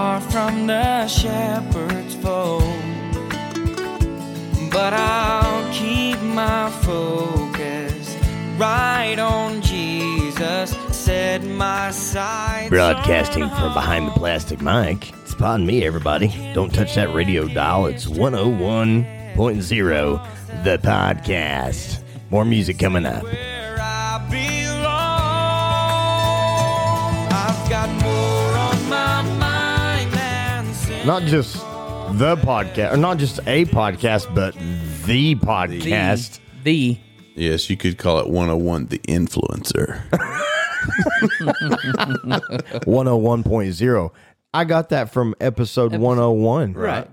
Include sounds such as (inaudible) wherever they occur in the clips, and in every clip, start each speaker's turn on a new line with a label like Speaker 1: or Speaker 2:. Speaker 1: in the shepherd's fold. But I'll keep my focus right on Jesus. Set my sights
Speaker 2: Broadcasting
Speaker 1: on
Speaker 2: from behind the plastic mic. It's upon me, everybody. Don't touch that radio dial. It's 101.0, the podcast. More music coming up.
Speaker 1: where I belong. I've got more on my mind than sin.
Speaker 2: Not just the podcast, or not just a podcast, but the podcast.
Speaker 3: The
Speaker 4: Yes, you could call it 101 the (laughs) influencer.
Speaker 3: (laughs)
Speaker 2: 101.0. I got that from episode 101.
Speaker 3: right.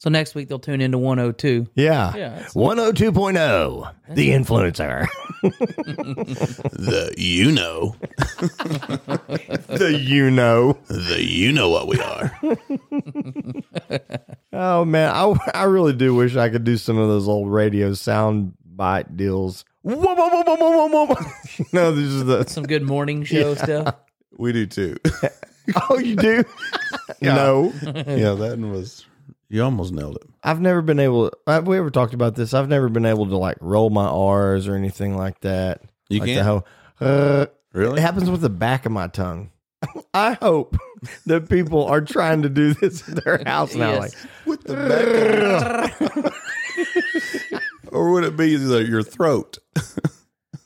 Speaker 3: So next week they'll tune into 102.
Speaker 2: Yeah.
Speaker 3: Yeah, it's-
Speaker 2: 102.0, the influencer.
Speaker 4: the you know.
Speaker 2: (laughs) the you know.
Speaker 4: The you know what we are.
Speaker 2: Oh man, I, I really do wish I could do some of those old radio sound bite deals. Whoa, whoa, whoa, whoa, whoa, whoa, whoa. (laughs) no, this is the
Speaker 3: Some good (laughs) morning show stuff.
Speaker 4: we do too.
Speaker 2: (laughs)
Speaker 4: (laughs)
Speaker 2: oh
Speaker 3: (laughs)
Speaker 2: you do. No,
Speaker 4: yeah, that one was you almost nailed it.
Speaker 2: (laughs) I've never been able. Have we ever talked about this? I've never been able to like roll my R's or anything like that.
Speaker 4: You
Speaker 2: like
Speaker 4: can't?
Speaker 2: the whole, uh,
Speaker 4: Really?
Speaker 2: it happens with the back of my tongue. (laughs) I hope (laughs) that people are trying to do this in their house now.
Speaker 3: Yes.
Speaker 2: Like,
Speaker 4: With the back (laughs) Or would it be the, your throat? (laughs) I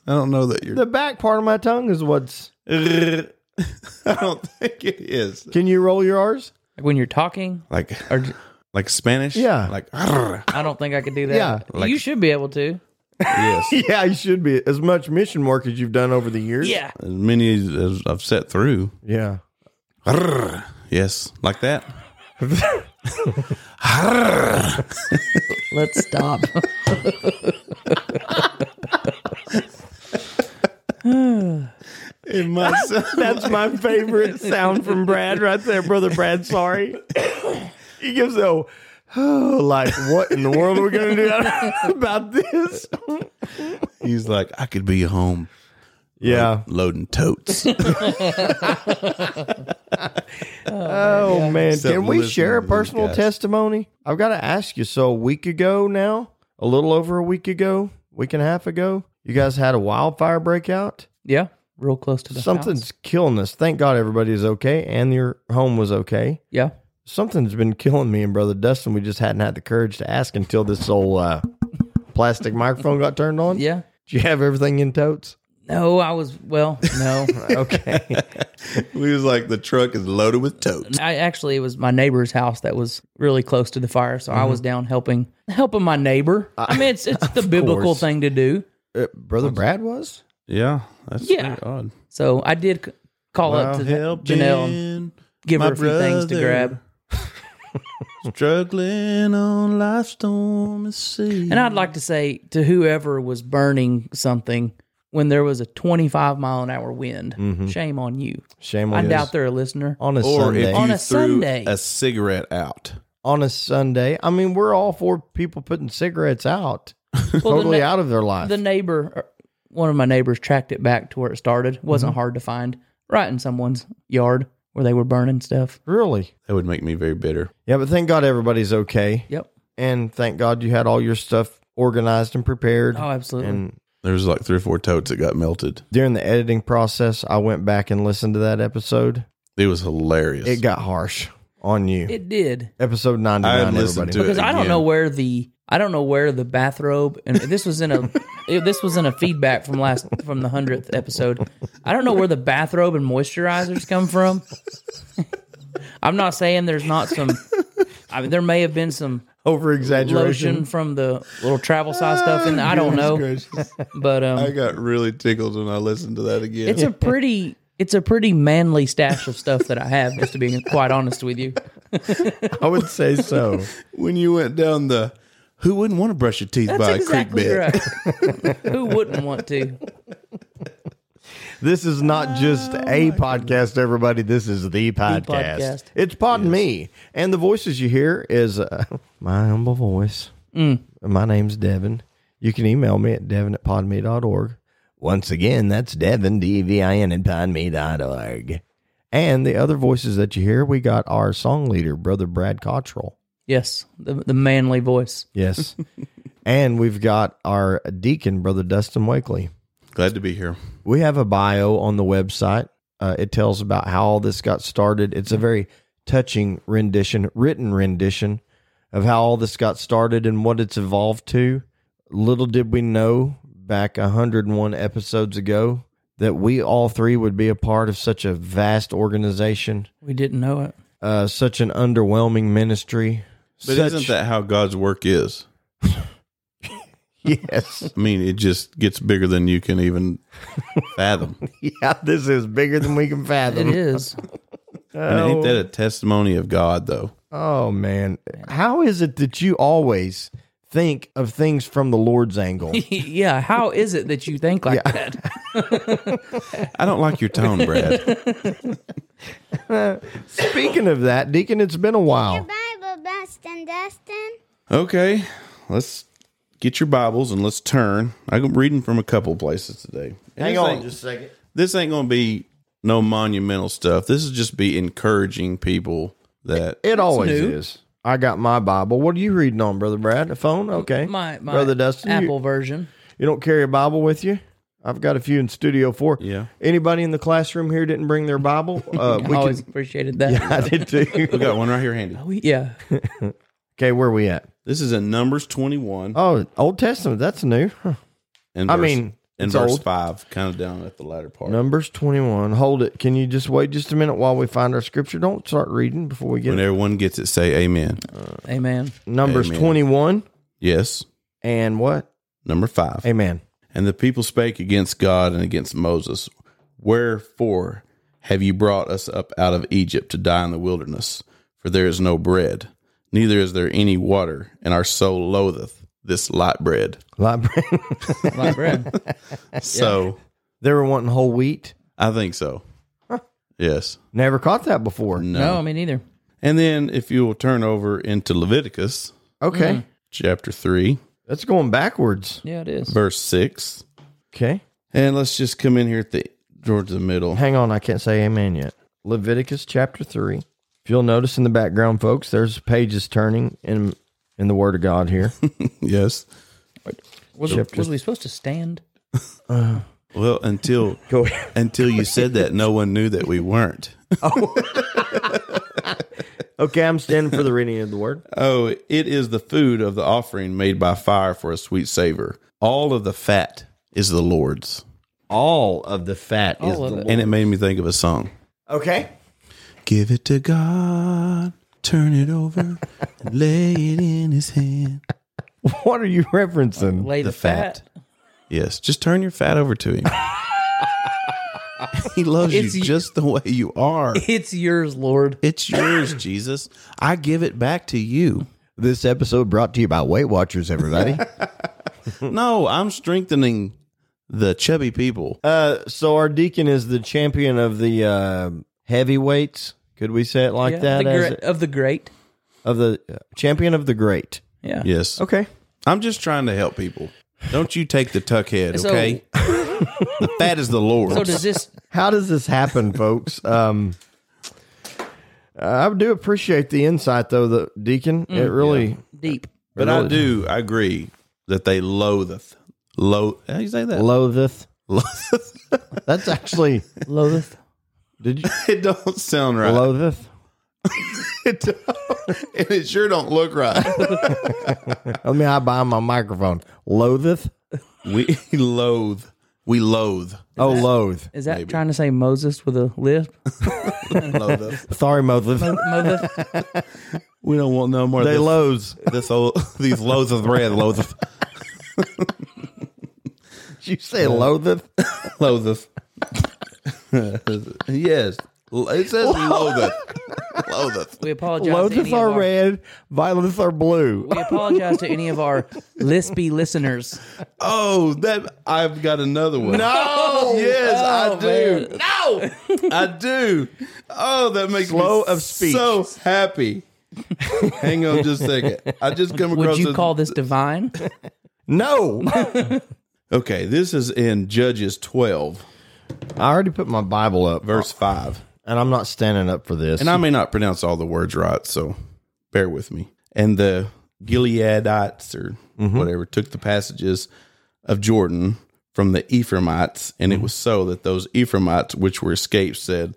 Speaker 4: don't know that you're
Speaker 2: the back part of my tongue is what's.
Speaker 4: (laughs) I don't think it is.
Speaker 2: Can you roll your R's?
Speaker 3: Like when you're talking,
Speaker 4: Like
Speaker 3: or j-
Speaker 4: like Spanish?
Speaker 2: Yeah.
Speaker 4: Like
Speaker 3: I don't think I could do that.
Speaker 2: Yeah,
Speaker 4: like-
Speaker 3: you should be able to.
Speaker 4: yes.
Speaker 2: Yeah, you should be. As much mission work as you've done over the years.
Speaker 3: Yeah.
Speaker 4: As many as- as I've set through.
Speaker 2: Yeah.
Speaker 4: Yes, like that.
Speaker 3: Let's stop.
Speaker 4: It must.
Speaker 2: (laughs) That's my favorite sound from Brad right there, brother Brad. Sorry. he gives a oh, like what in the world are we gonna do (laughs) about this?
Speaker 4: He's like, I could be home
Speaker 2: Yeah.
Speaker 3: (laughs)
Speaker 4: loading totes. (laughs)
Speaker 2: Oh man.
Speaker 4: Something
Speaker 2: Can we
Speaker 4: listening
Speaker 2: share
Speaker 4: to
Speaker 2: a
Speaker 4: these
Speaker 2: personal
Speaker 4: guys.
Speaker 2: testimony? I've gotta ask you. So a week ago now, a little over a week ago, week and a half ago, you guys had a wildfire breakout?
Speaker 3: (laughs) yeah. Real close to the
Speaker 2: Something's
Speaker 3: house.
Speaker 2: killing us. Thank God everybody is okay and your home was okay.
Speaker 3: Yeah.
Speaker 2: something's been killing me and brother Dustin. We just hadn't had the courage to ask until this old uh, plastic microphone got turned on.
Speaker 3: Yeah.
Speaker 2: Do you have everything in totes?
Speaker 3: No, I was well.
Speaker 2: (laughs)
Speaker 3: No,
Speaker 2: Okay.
Speaker 4: we was like, the truck is loaded with
Speaker 3: (laughs)
Speaker 4: totes.
Speaker 3: I actually it was my neighbor's house that was really close to the fire, so
Speaker 2: Mm-hmm.
Speaker 3: I was down helping helping my neighbor. I mean, it's
Speaker 2: (laughs)
Speaker 3: it's the biblical
Speaker 2: Uh, course.
Speaker 3: thing to do.
Speaker 2: Uh, brother Brad was?
Speaker 4: Yeah, that's
Speaker 3: Yeah.
Speaker 4: yeah. odd.
Speaker 3: So I did c- call up to Janelle and give her a few things to grab.
Speaker 4: (laughs) Struggling on life's stormy sea.
Speaker 3: And I'd like to say to whoever was burning something when there was a 25 mile an hour wind,
Speaker 2: Mm-hmm.
Speaker 3: shame on you.
Speaker 2: Shame
Speaker 3: I
Speaker 2: on
Speaker 3: doubt
Speaker 2: us.
Speaker 3: they're a listener.
Speaker 2: On a
Speaker 4: or
Speaker 2: Sunday.
Speaker 4: if you
Speaker 3: On a
Speaker 4: threw
Speaker 3: Sunday.
Speaker 4: a cigarette out.
Speaker 2: on a Sunday. I mean, we're all for people putting cigarettes out.
Speaker 3: (laughs) Well,
Speaker 2: totally
Speaker 3: the, na-
Speaker 2: out of their life.
Speaker 3: the neighbor, or one of my neighbors, tracked it back to where it started. wasn't hard to find. Right in someone's yard where they were burning stuff.
Speaker 2: really?
Speaker 4: That would make me very bitter.
Speaker 2: Yeah, but thank God everybody's okay.
Speaker 3: Yep.
Speaker 2: And thank God you had all your stuff organized and prepared.
Speaker 3: Oh, absolutely.
Speaker 2: and
Speaker 4: There was like three or four totes that got melted.
Speaker 2: during the editing process, I went back and listened to that episode.
Speaker 4: It was hilarious.
Speaker 2: It got harsh on you.
Speaker 3: it did.
Speaker 2: Episode 99,
Speaker 4: I listened
Speaker 2: everybody.
Speaker 4: to it
Speaker 3: because I don't
Speaker 4: again.
Speaker 3: know where the I don't know where the bathrobe and this was in a it- this was in a feedback from last from the hundredth episode. I don't know where the bathrobe and moisturizers come from. (laughs) I'm not saying there's not some. I mean, there may have been some
Speaker 2: Over
Speaker 3: lotion
Speaker 2: exaggeration.
Speaker 3: from the little travel size stuff, and
Speaker 4: (laughs)
Speaker 3: I don't know. But
Speaker 4: I
Speaker 3: um,
Speaker 4: got really tickled when I listened to that again. (laughs)
Speaker 3: it's a pretty it's a pretty manly stash of stuff that I have. Just to be quite honest with you,
Speaker 2: I would (laughs) say so.
Speaker 4: when you went down the who wouldn't want to brush your teeth by a creek bed?
Speaker 3: right. (laughs) Who wouldn't want to?
Speaker 2: (laughs) this is not just a podcast, everybody. This is Oh the podcast.
Speaker 3: podcast.
Speaker 2: It's Pod Me. And the voices you hear is uh, (laughs) my humble voice. My name's Devin. You can email me at devin at E podme.org. Once again, that's Devin, D-E-V-I-N, at podme.org. And the other voices that you hear, we got our song leader, Brother Brad (laughs) Cottrell.
Speaker 3: Yes, the, the manly voice.
Speaker 2: Yes. and we've got our deacon, Brother Dustin Wakely.
Speaker 4: Glad to be here.
Speaker 2: We have a bio on the website. Uh, it tells about how all this got started. It's a very touching rendition, written rendition of how all this got started and what it's evolved to. Little did we know back 101 episodes ago that we all three would be a part of such a vast organization,
Speaker 3: We didn't know it.
Speaker 2: uh, such an underwhelming ministry.
Speaker 4: But
Speaker 2: such,
Speaker 4: isn't that how God's work is?
Speaker 2: (laughs) Yes. (laughs)
Speaker 4: I mean, it just gets bigger than you can (laughs) even fathom.
Speaker 2: yeah, this is bigger than we can
Speaker 3: It
Speaker 2: fathom.
Speaker 3: is. (laughs)
Speaker 4: And ain't that a testimony of God, though?
Speaker 2: Oh man, how is it that you always think of things from the
Speaker 3: (laughs)
Speaker 2: Lord's angle?
Speaker 3: yeah. How is it that you think like that?
Speaker 4: I don't like your tone, (laughs) Brad.
Speaker 2: Speaking of that, Deacon, it's been a while.
Speaker 5: Bible, Dustin, Dustin.
Speaker 4: okay, let's get your Bibles and let's turn. I'm reading from a couple places today. And this ain't-
Speaker 2: a second.
Speaker 4: this ain't going to be no monumental stuff. This is just be encouraging people that
Speaker 2: It always
Speaker 3: new.
Speaker 2: is. I got my Bible. What are you reading on, Brother Brad? A phone? Okay.
Speaker 3: My, my
Speaker 2: Brother Dustin, you-
Speaker 3: Apple version.
Speaker 2: You, don't carry a Bible with you? I've got a few in Studio 4.
Speaker 4: Yeah.
Speaker 2: Anybody in the classroom here didn't bring
Speaker 3: (laughs)
Speaker 2: their Bible? Uh,
Speaker 3: I
Speaker 2: we
Speaker 3: always
Speaker 2: can,
Speaker 3: appreciated that.
Speaker 2: (laughs)
Speaker 3: Oh,
Speaker 2: I did too. (laughs)
Speaker 4: we got one right here handy.
Speaker 3: We- yeah.
Speaker 2: Okay, where we at?
Speaker 4: This is in Numbers 21
Speaker 2: Oh, Old Testament. That's new. Huh.
Speaker 4: and
Speaker 2: I
Speaker 4: verse,
Speaker 2: mean,
Speaker 4: and
Speaker 2: it's
Speaker 4: verse
Speaker 2: old.
Speaker 4: 5, kind of down at the latter part.
Speaker 2: Numbers 21. Hold it. Can you just wait just a minute while we find our scripture? Don't start reading before we get
Speaker 4: When
Speaker 2: it.
Speaker 4: everyone gets it, say amen.
Speaker 3: Amen.
Speaker 2: Numbers
Speaker 4: Amen.
Speaker 2: 21
Speaker 4: Yes.
Speaker 2: and what?
Speaker 4: Number 5.
Speaker 2: Amen.
Speaker 4: And the people spake against God and against Moses, Wherefore have you brought us up out of Egypt to die in the wilderness? For there is no bread, neither is there any water, and our soul loatheth this light bread.
Speaker 2: (laughs) Light bread.
Speaker 3: Like bread.
Speaker 4: So
Speaker 2: they were wanting whole wheat.
Speaker 4: I think so. Yes.
Speaker 2: Never caught that before.
Speaker 4: No.
Speaker 3: No, I mean either.
Speaker 4: And then if you will turn over into Leviticus
Speaker 2: Okay.
Speaker 4: chapter 3,
Speaker 2: That's going backwards.
Speaker 3: Yeah, it is.
Speaker 4: verse 6.
Speaker 2: Okay.
Speaker 4: And let's just come in here at the towards the middle.
Speaker 2: Hang on. I can't say amen yet. Leviticus chapter 3. If you'll notice in the background, folks, there's pages turning in in the Word of God here.
Speaker 4: (laughs) Yes.
Speaker 3: Was,
Speaker 2: Chapter-
Speaker 3: was we supposed to stand?
Speaker 4: Well, until
Speaker 2: Go ahead.
Speaker 4: until you said that, no one knew that we weren't.
Speaker 2: Okay. I'm standing for the reading of the Word.
Speaker 4: Oh, it is the food of the offering made by fire for a sweet savor. All of the fat is the Lord's.
Speaker 2: All of the fat is
Speaker 3: All of
Speaker 2: the
Speaker 3: it.
Speaker 4: And it made me think of a song.
Speaker 2: Okay.
Speaker 4: Give it to God, turn
Speaker 2: (laughs)
Speaker 4: it over, and lay it in his hand.
Speaker 2: (laughs) What are you referencing?
Speaker 3: Lay the, fat.
Speaker 4: Yes, just turn your fat over to
Speaker 3: (laughs)
Speaker 4: him. he loves
Speaker 3: It's y-
Speaker 4: you just the way you are.
Speaker 3: It's yours, Lord. (coughs)
Speaker 4: It's yours, Jesus. I give it back to you.
Speaker 2: This episode brought to you by Weight Watchers, everybody.
Speaker 3: Hmm.
Speaker 4: No, I'm strengthening the chubby people.
Speaker 2: uh, (laughs) so our deacon is the champion of the uh, heavyweights. Could we say it like
Speaker 3: Yeah,
Speaker 2: that?
Speaker 3: the
Speaker 2: as-
Speaker 3: great- of the great.
Speaker 2: of the uh, champion of the great.
Speaker 3: Yeah.
Speaker 4: Yes.
Speaker 2: Okay.
Speaker 4: I'm just trying to help people. Don't you take the tuck head,
Speaker 3: So-
Speaker 4: okay? (laughs)
Speaker 3: (laughs)
Speaker 4: the fat is the Lord's.
Speaker 3: So does this?
Speaker 2: How does this happen, (laughs) folks? Um, I do appreciate the insight, though, the deacon. it really.
Speaker 3: Deep.
Speaker 4: but I do I agree that they loatheth. Lo how do you say that?
Speaker 2: Loatheth.
Speaker 4: Loatheth.
Speaker 2: That's (laughs) actually.
Speaker 3: Loath.
Speaker 2: Did you
Speaker 4: (laughs) it don't sound right.
Speaker 2: loatheth?
Speaker 4: (laughs) it don't- and it sure don't look right.
Speaker 2: Let me. I buy my microphone. Loatheth.
Speaker 4: we (laughs) loathe. We loathe.
Speaker 2: Oh, loathe.
Speaker 3: Is that trying to say Moses with a lisp?
Speaker 4: Loatheth.
Speaker 2: Sorry, Motheth.
Speaker 3: Moses.
Speaker 4: (laughs) We don't want no more
Speaker 2: They
Speaker 4: this, (laughs)
Speaker 2: loathes.
Speaker 4: this old these loaves of bread, loatheth
Speaker 2: Did (laughs) you say loatheth?
Speaker 4: loatheth. (laughs) yes. It says loatheth. Loatheth.
Speaker 3: We apologize. to
Speaker 2: Loatheth
Speaker 3: any of
Speaker 2: are
Speaker 3: our-
Speaker 2: red, violets are blue.
Speaker 3: We apologize to any of our lispy listeners.
Speaker 4: Oh, that I've got another one.
Speaker 2: No!
Speaker 4: yes, I
Speaker 3: Oh,
Speaker 4: do.
Speaker 3: man.
Speaker 4: No, I do. Oh, that makes
Speaker 2: Slow
Speaker 4: me
Speaker 2: of speech.
Speaker 4: So happy. Hang on just a second. I just come across.
Speaker 3: Would you call this
Speaker 4: (laughs)
Speaker 3: divine?
Speaker 2: No. I
Speaker 4: Okay, this is in Judges twelve,
Speaker 2: already put my Bible up.
Speaker 4: verse five.
Speaker 2: And I'm not standing up for this.
Speaker 4: And I may not pronounce all the words right, so bear with me. And the Gileadites or whatever took the passages of Jordan from the Ephraimites, and it was so that those Ephraimites which were escaped said,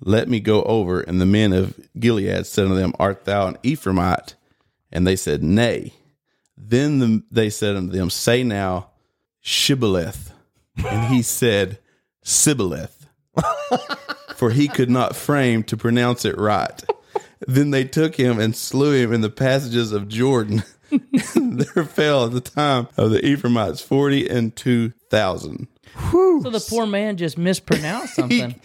Speaker 4: Let me go over. And the men of Gilead said unto them, Art thou an Ephraimite? And they said, Nay. Then the, they said unto them, Say now, Shibboleth. And he said, Sibboleth for he could not frame to pronounce it right. Then they took him and slew him in the passages of Jordan. (laughs) there fell at the time of the Ephraimites forty and two thousand.
Speaker 3: So the poor man just mispronounced something.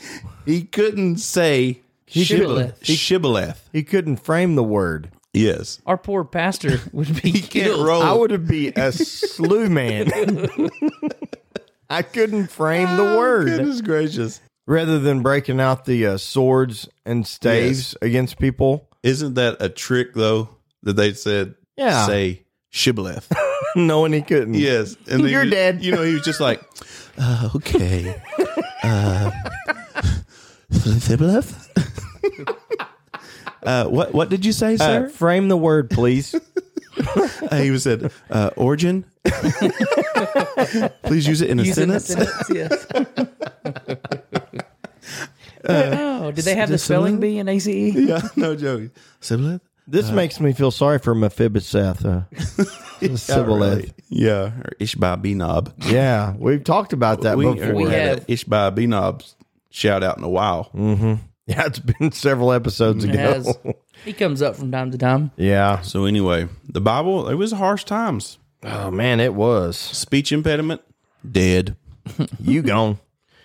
Speaker 4: He couldn't say
Speaker 3: Shibboleth.
Speaker 4: Shibboleth.
Speaker 2: he couldn't frame the word.
Speaker 4: Yes.
Speaker 3: Our poor pastor would be
Speaker 4: (laughs) He can't
Speaker 3: killed.
Speaker 4: roll.
Speaker 2: I would be a slew man. (laughs) I couldn't frame the word.
Speaker 4: Oh, Goodness gracious.
Speaker 2: Rather than breaking out the uh, swords and staves against people, (laughs)
Speaker 4: Isn't that a trick though? That they said
Speaker 2: Yeah.
Speaker 4: say shibboleth.
Speaker 2: knowing he couldn't.
Speaker 4: yes. And then
Speaker 2: You're
Speaker 4: you-
Speaker 2: dead.
Speaker 4: You know, he was just like, uh, okay. Uh, shibboleth? (laughs) Uh, what what did you say,
Speaker 2: Uh,
Speaker 4: sir?
Speaker 2: frame the word,
Speaker 4: (laughs)
Speaker 2: please.
Speaker 4: Uh, he was said uh, origin. (laughs) Please use it in a
Speaker 3: Using the
Speaker 4: sentence.
Speaker 3: sentence, yes. oh, did they have the
Speaker 4: just a
Speaker 3: spelling
Speaker 4: little-
Speaker 3: bee in E? ACE?
Speaker 4: (laughs) yeah, Uh, (laughs) no joke. Shibboleth.
Speaker 2: This makes me feel sorry for Mephibosheth.
Speaker 4: (laughs)
Speaker 2: Uh, Sibboleth.
Speaker 4: uh, Yeah, or Ishba Benob.
Speaker 2: Yeah, we've talked about that
Speaker 4: we
Speaker 2: before.
Speaker 4: we had
Speaker 3: have.
Speaker 4: an Ishba Benob shout out in a while.
Speaker 2: (laughs) Yeah, it's been several episodes
Speaker 3: It
Speaker 2: ago.
Speaker 3: has. He comes up from time to time.
Speaker 2: Yeah.
Speaker 4: So anyway, the Bible it was harsh times.
Speaker 2: Oh man, it was.
Speaker 4: Speech impediment, dead.
Speaker 2: You gone.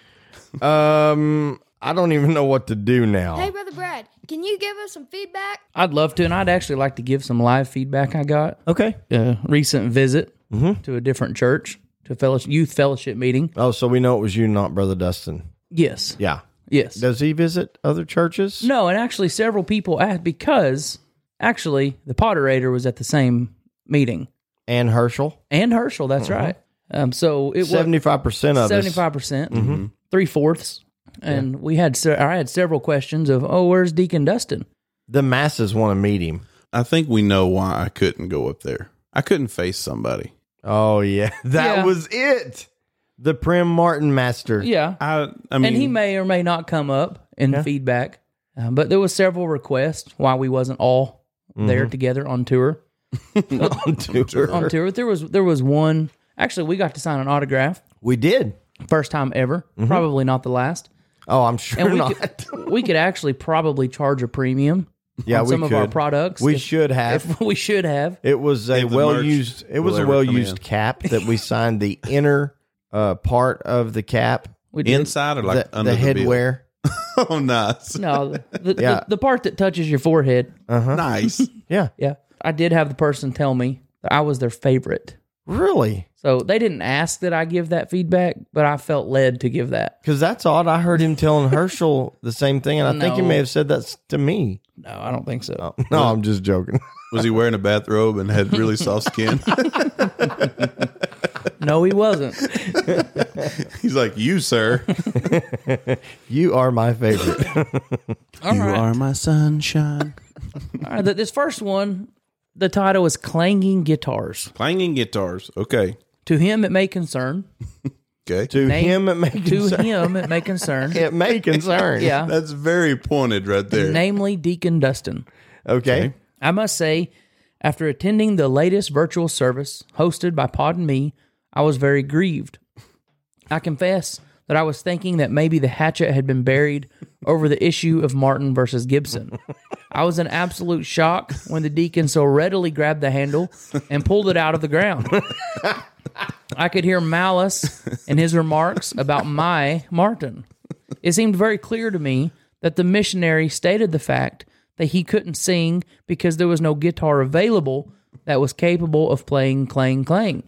Speaker 2: (laughs) um, I don't even know what to do now.
Speaker 5: Hey, Brother Brad, can you give us some feedback?
Speaker 3: I'd love to, and I'd actually like to give some live feedback I got.
Speaker 2: Okay.
Speaker 3: A recent visit
Speaker 2: Mm-hmm.
Speaker 3: to a different church, to a fellowship, youth fellowship meeting.
Speaker 2: Oh, so we know it was you, not Brother Dustin.
Speaker 3: Yes.
Speaker 2: Yeah.
Speaker 3: Yes.
Speaker 2: Does he visit other churches?
Speaker 3: No, and actually, several people asked because actually the Potterator was at the same meeting
Speaker 2: And Herschel,
Speaker 3: and Herschel. That's right. Um, so it was
Speaker 2: seventy-five percent Mm-hmm. of
Speaker 3: seventy
Speaker 2: us. Mm-hmm.
Speaker 3: five percent, three fourths, and we had se- I had several questions of oh, where's Deacon Dustin?
Speaker 2: The masses want to meet him.
Speaker 4: I think we know why I couldn't go up there. I couldn't face somebody.
Speaker 2: Oh yeah, (laughs) that
Speaker 3: Yeah.
Speaker 2: was it. The Prim Martin master.
Speaker 3: Yeah,
Speaker 4: I I mean
Speaker 3: and he may or may not come up in feedback, um, but there was several requests why we wasn't all
Speaker 2: Mm-hmm.
Speaker 3: there together on tour.
Speaker 2: (laughs) on tour.
Speaker 3: On tour, there was there was one. Actually, we got to sign an autograph,
Speaker 2: We did.
Speaker 3: first time ever.
Speaker 2: Mm-hmm.
Speaker 3: Probably not the last.
Speaker 2: Oh, I'm sure
Speaker 3: And we
Speaker 2: not.
Speaker 3: could, we could actually probably charge a premium
Speaker 2: (laughs) yeah,
Speaker 3: on
Speaker 2: we
Speaker 3: some
Speaker 2: could.
Speaker 3: of our products.
Speaker 2: we
Speaker 3: if-
Speaker 2: should have.
Speaker 3: if (laughs) we should have.
Speaker 2: It was a
Speaker 4: If the
Speaker 2: well
Speaker 4: merch
Speaker 2: used. It was
Speaker 4: will
Speaker 2: a
Speaker 4: ever
Speaker 2: well
Speaker 4: come
Speaker 2: used
Speaker 4: in.
Speaker 2: cap that
Speaker 4: (laughs)
Speaker 2: we signed the inner uh, part of the cap,
Speaker 3: We did.
Speaker 4: inside or
Speaker 2: the,
Speaker 4: like
Speaker 2: the
Speaker 4: under the, bill?
Speaker 2: headwear.
Speaker 4: (laughs) Oh, nice,
Speaker 3: no, the, the,
Speaker 2: Yeah.
Speaker 3: the part that touches your forehead.
Speaker 4: nice.
Speaker 2: Yeah,
Speaker 3: Yeah, I did have the person tell me that I was their favorite.
Speaker 2: really,
Speaker 3: So they didn't ask that I give that feedback, but I felt led to give that.
Speaker 2: because that's odd. I heard him
Speaker 4: (laughs)
Speaker 2: telling Herschel the same thing, and I think he
Speaker 3: No.
Speaker 2: may have said that s- to
Speaker 4: (laughs)
Speaker 2: me.
Speaker 3: No, I don't think so.
Speaker 2: No, I'm just joking. (laughs)
Speaker 4: Was he wearing a bathrobe and had really soft
Speaker 3: (laughs)
Speaker 4: skin? (laughs)
Speaker 3: No, he
Speaker 2: (laughs)
Speaker 3: wasn't.
Speaker 4: He's like, you, sir.
Speaker 2: you are my
Speaker 4: (laughs)
Speaker 2: favorite.
Speaker 3: All right.
Speaker 4: my sunshine.
Speaker 3: All right, th- This first one, the title is Clanging Guitars.
Speaker 4: Clanging guitars. Okay.
Speaker 3: To him, it may concern.
Speaker 4: Okay.
Speaker 2: to
Speaker 3: Name-
Speaker 2: him, it may (laughs)
Speaker 3: To
Speaker 2: concern.
Speaker 3: him, it may concern.
Speaker 2: It
Speaker 3: (laughs)
Speaker 2: may concern.
Speaker 3: Yeah.
Speaker 4: That's very pointed right there.
Speaker 3: namely Deacon Dustin.
Speaker 2: Okay.
Speaker 3: I must say, after attending the latest virtual service hosted by Pod and Me, I was very grieved. I confess that I was thinking that maybe the hatchet had been buried over the issue of Martin versus Gibson. I was in absolute shock when the deacon so readily grabbed the handle and pulled it out of the ground. I could hear malice in his remarks about my Martin. It seemed very clear to me that the missionary stated the fact that he couldn't sing because there was no guitar available that was capable of playing clang clang.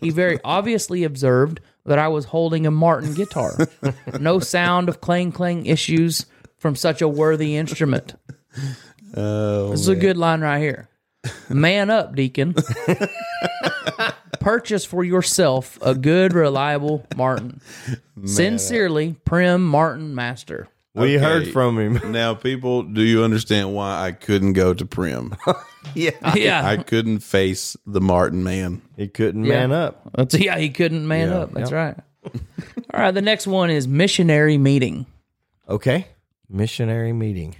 Speaker 3: He very obviously observed that I was holding a Martin guitar. No sound of clang clang issues from such a worthy instrument. this is a good line right here. Man up, Deacon. Purchase for yourself a good, reliable Martin. Sincerely, Prim Martin Master.
Speaker 2: We heard
Speaker 4: Okay.
Speaker 2: from
Speaker 4: (laughs)
Speaker 2: him.
Speaker 4: Now, people, do you understand why I couldn't go to
Speaker 3: (laughs)
Speaker 4: Prim?
Speaker 2: yeah.
Speaker 3: yeah,
Speaker 4: I couldn't face the Martin man.
Speaker 2: He couldn't man up.
Speaker 3: (laughs) That's, yeah, he couldn't man
Speaker 4: Yeah.
Speaker 3: up. That's right. (laughs) All right, the next one is missionary meeting.
Speaker 2: Okay.
Speaker 3: (laughs)
Speaker 2: Missionary meeting.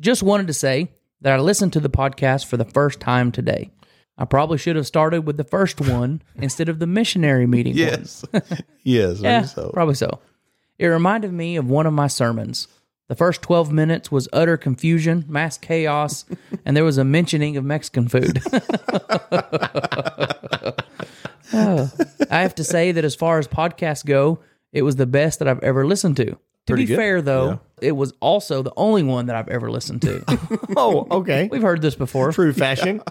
Speaker 3: Just wanted to say that I listened to the podcast for the first time today. I probably should have started with the first one (laughs) instead of the missionary meeting. one.
Speaker 4: Yes. (laughs) yes.
Speaker 3: Yeah,
Speaker 4: so.
Speaker 3: probably so. It reminded me of one of my sermons. The first 12 minutes was utter confusion, mass
Speaker 4: (laughs)
Speaker 3: chaos, and there was a mentioning of Mexican food. (laughs) Oh, I have to say that as far as podcasts go, it was the best that I've ever listened to. To be fair, though, it was also the only one that I've ever listened
Speaker 4: (laughs)
Speaker 3: to.
Speaker 2: Oh, okay.
Speaker 3: We've heard this before. (laughs)
Speaker 2: True fashion.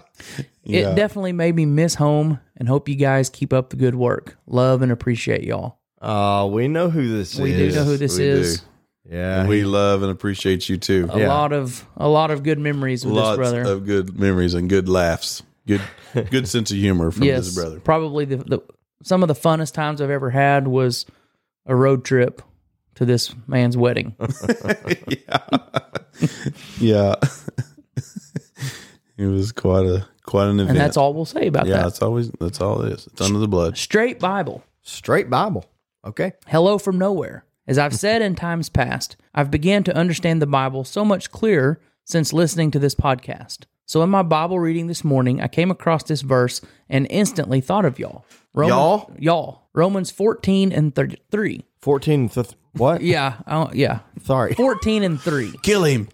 Speaker 4: Yeah.
Speaker 3: It definitely made me miss home and hope you guys keep up the good work. Love and appreciate y'all.
Speaker 2: Uh, we know who this
Speaker 3: We
Speaker 2: is.
Speaker 3: do know who this
Speaker 4: we
Speaker 3: is.
Speaker 4: do.
Speaker 2: Yeah.
Speaker 4: we love and appreciate you too.
Speaker 3: a lot of a lot of good memories with this
Speaker 4: Lots
Speaker 3: brother.
Speaker 4: of good memories and good laughs. Good
Speaker 3: (laughs)
Speaker 4: good sense of humor from this brother.
Speaker 3: probably the, the some of the funnest times I've ever had was a road trip to this man's
Speaker 4: (laughs)
Speaker 3: wedding.
Speaker 4: Yeah. (laughs) it was quite a quite an event.
Speaker 3: And that's all we'll say about
Speaker 4: Yeah,
Speaker 3: that.
Speaker 4: that's always that's all it is. It's under the blood.
Speaker 3: Straight Bible.
Speaker 2: Straight Bible. Okay.
Speaker 3: Hello from nowhere. As I've said in times past, I've began to understand the Bible so much clearer since listening to this podcast. So in my Bible reading this morning, I came across this verse and instantly thought of y'all. Romans,
Speaker 2: Y'all?
Speaker 3: Y'all. Romans 14 and 33.
Speaker 2: 14 th- what?
Speaker 3: Yeah, I don't- yeah.
Speaker 2: Sorry.
Speaker 3: 14 and 3.
Speaker 4: Kill him.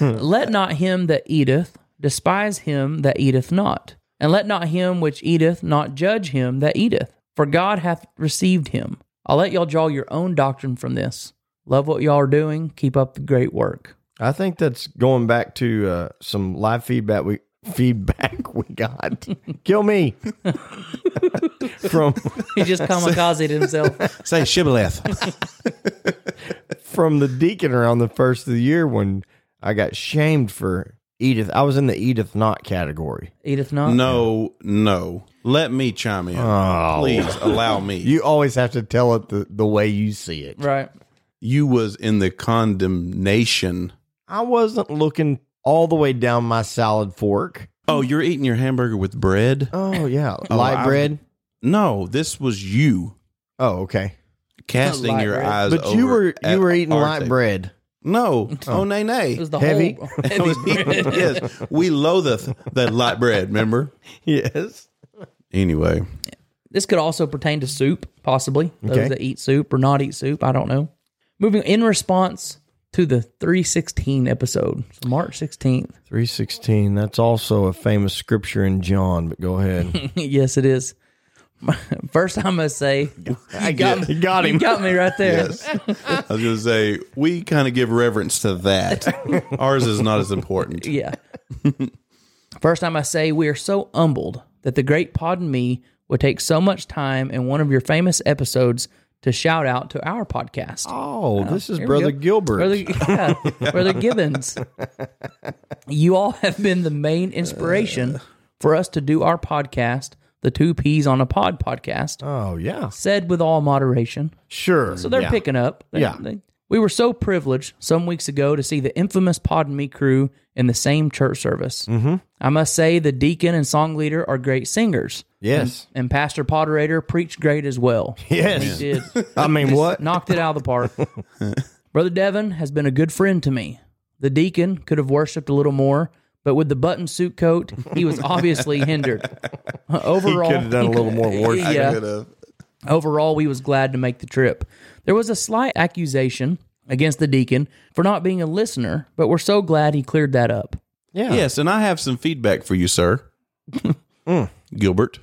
Speaker 3: Let not him that eateth despise him that eateth not, and let not him which eateth not judge him that eateth, for God hath received him. I'll let y'all draw your own doctrine from this. Love what y'all are doing. Keep up the great work.
Speaker 2: I think that's going back to uh, some live feedback we feedback we got. Kill me. from
Speaker 3: He just kamikazed himself.
Speaker 2: (laughs)
Speaker 4: Say shibboleth.
Speaker 2: from the deacon around the first of the year when I got shamed for Edith. I was in the Edith not category.
Speaker 3: Eateth not.
Speaker 4: (laughs) no, no. Let me chime in. Please allow me. You
Speaker 2: Oh. You always have to tell it the, the way you see it.
Speaker 3: Right.
Speaker 4: you was in the condemnation.
Speaker 2: I wasn't looking all the way down my salad fork.
Speaker 4: Oh, you're eating your hamburger with bread?
Speaker 2: Oh yeah, light
Speaker 4: I-
Speaker 2: bread.
Speaker 4: No, this was you
Speaker 2: Oh okay,
Speaker 4: casting
Speaker 3: Light
Speaker 4: your
Speaker 3: bread.
Speaker 4: eyes.
Speaker 2: but you
Speaker 4: over
Speaker 2: were
Speaker 4: at
Speaker 2: you were eating
Speaker 4: our
Speaker 2: light
Speaker 4: table.
Speaker 2: bread.
Speaker 4: No, oh, nay nay.
Speaker 3: It was the
Speaker 2: Heavy?
Speaker 3: whole.
Speaker 4: (laughs) It was- yes, we loatheth that light bread. Remember?
Speaker 2: Yes.
Speaker 4: Anyway,
Speaker 3: This could also pertain to soup, possibly. Those
Speaker 2: Okay.
Speaker 3: that eat soup or not eat soup, I don't know. Moving in response to the 316 episode, March 16th.
Speaker 2: Three sixteen. That's also a famous scripture in John. But go ahead.
Speaker 3: yes, it is. First, I must say,
Speaker 2: I got me. got
Speaker 3: you (laughs)
Speaker 2: him.
Speaker 3: got me right there.
Speaker 4: yes, I was going to say we kind of give reverence to that. Ours is not
Speaker 2: (laughs)
Speaker 4: as important.
Speaker 3: Yeah. First, I must say, we are so humbled that the great Pod and Me would take so much time in one of your famous episodes to shout out to our podcast.
Speaker 2: (laughs) Oh, this is
Speaker 3: Here we
Speaker 2: Brother
Speaker 3: go.
Speaker 2: Gilbert. (laughs)
Speaker 3: Brother, yeah, Brother Gibbons. You all have been the main
Speaker 2: Uh.
Speaker 3: inspiration for us to do our podcast, the Two Peas on a Pod podcast,
Speaker 2: oh yeah,
Speaker 3: said with all moderation.
Speaker 2: sure.
Speaker 3: So they're
Speaker 2: yeah.
Speaker 3: picking up. They-
Speaker 2: Yeah.
Speaker 3: they- we were so privileged some weeks ago to see the infamous Pod and Me crew in the same church service. Mm-hmm. I must say, the deacon and song leader are great singers,
Speaker 2: Yes.
Speaker 3: and Pastor Potterator preached great as well.
Speaker 2: Yes.
Speaker 3: Did
Speaker 2: I mean, what?
Speaker 3: knocked it out of the park.
Speaker 2: (laughs)
Speaker 3: Brother Devin has been a good friend to me. The deacon could have worshipped a little more, but with the button suit coat, he was obviously hindered.
Speaker 2: (laughs)
Speaker 3: Uh, Overall,
Speaker 2: Could have done a little more
Speaker 3: (laughs)
Speaker 2: work.
Speaker 3: Yeah.
Speaker 4: Could have.
Speaker 3: Overall, we was glad to make the trip. There was a slight accusation against the deacon for not being a listener, but we're so glad he cleared that up.
Speaker 2: Yeah.
Speaker 4: Yes, and I have some feedback for you, sir.
Speaker 2: (laughs) Mm.
Speaker 4: Gilbert.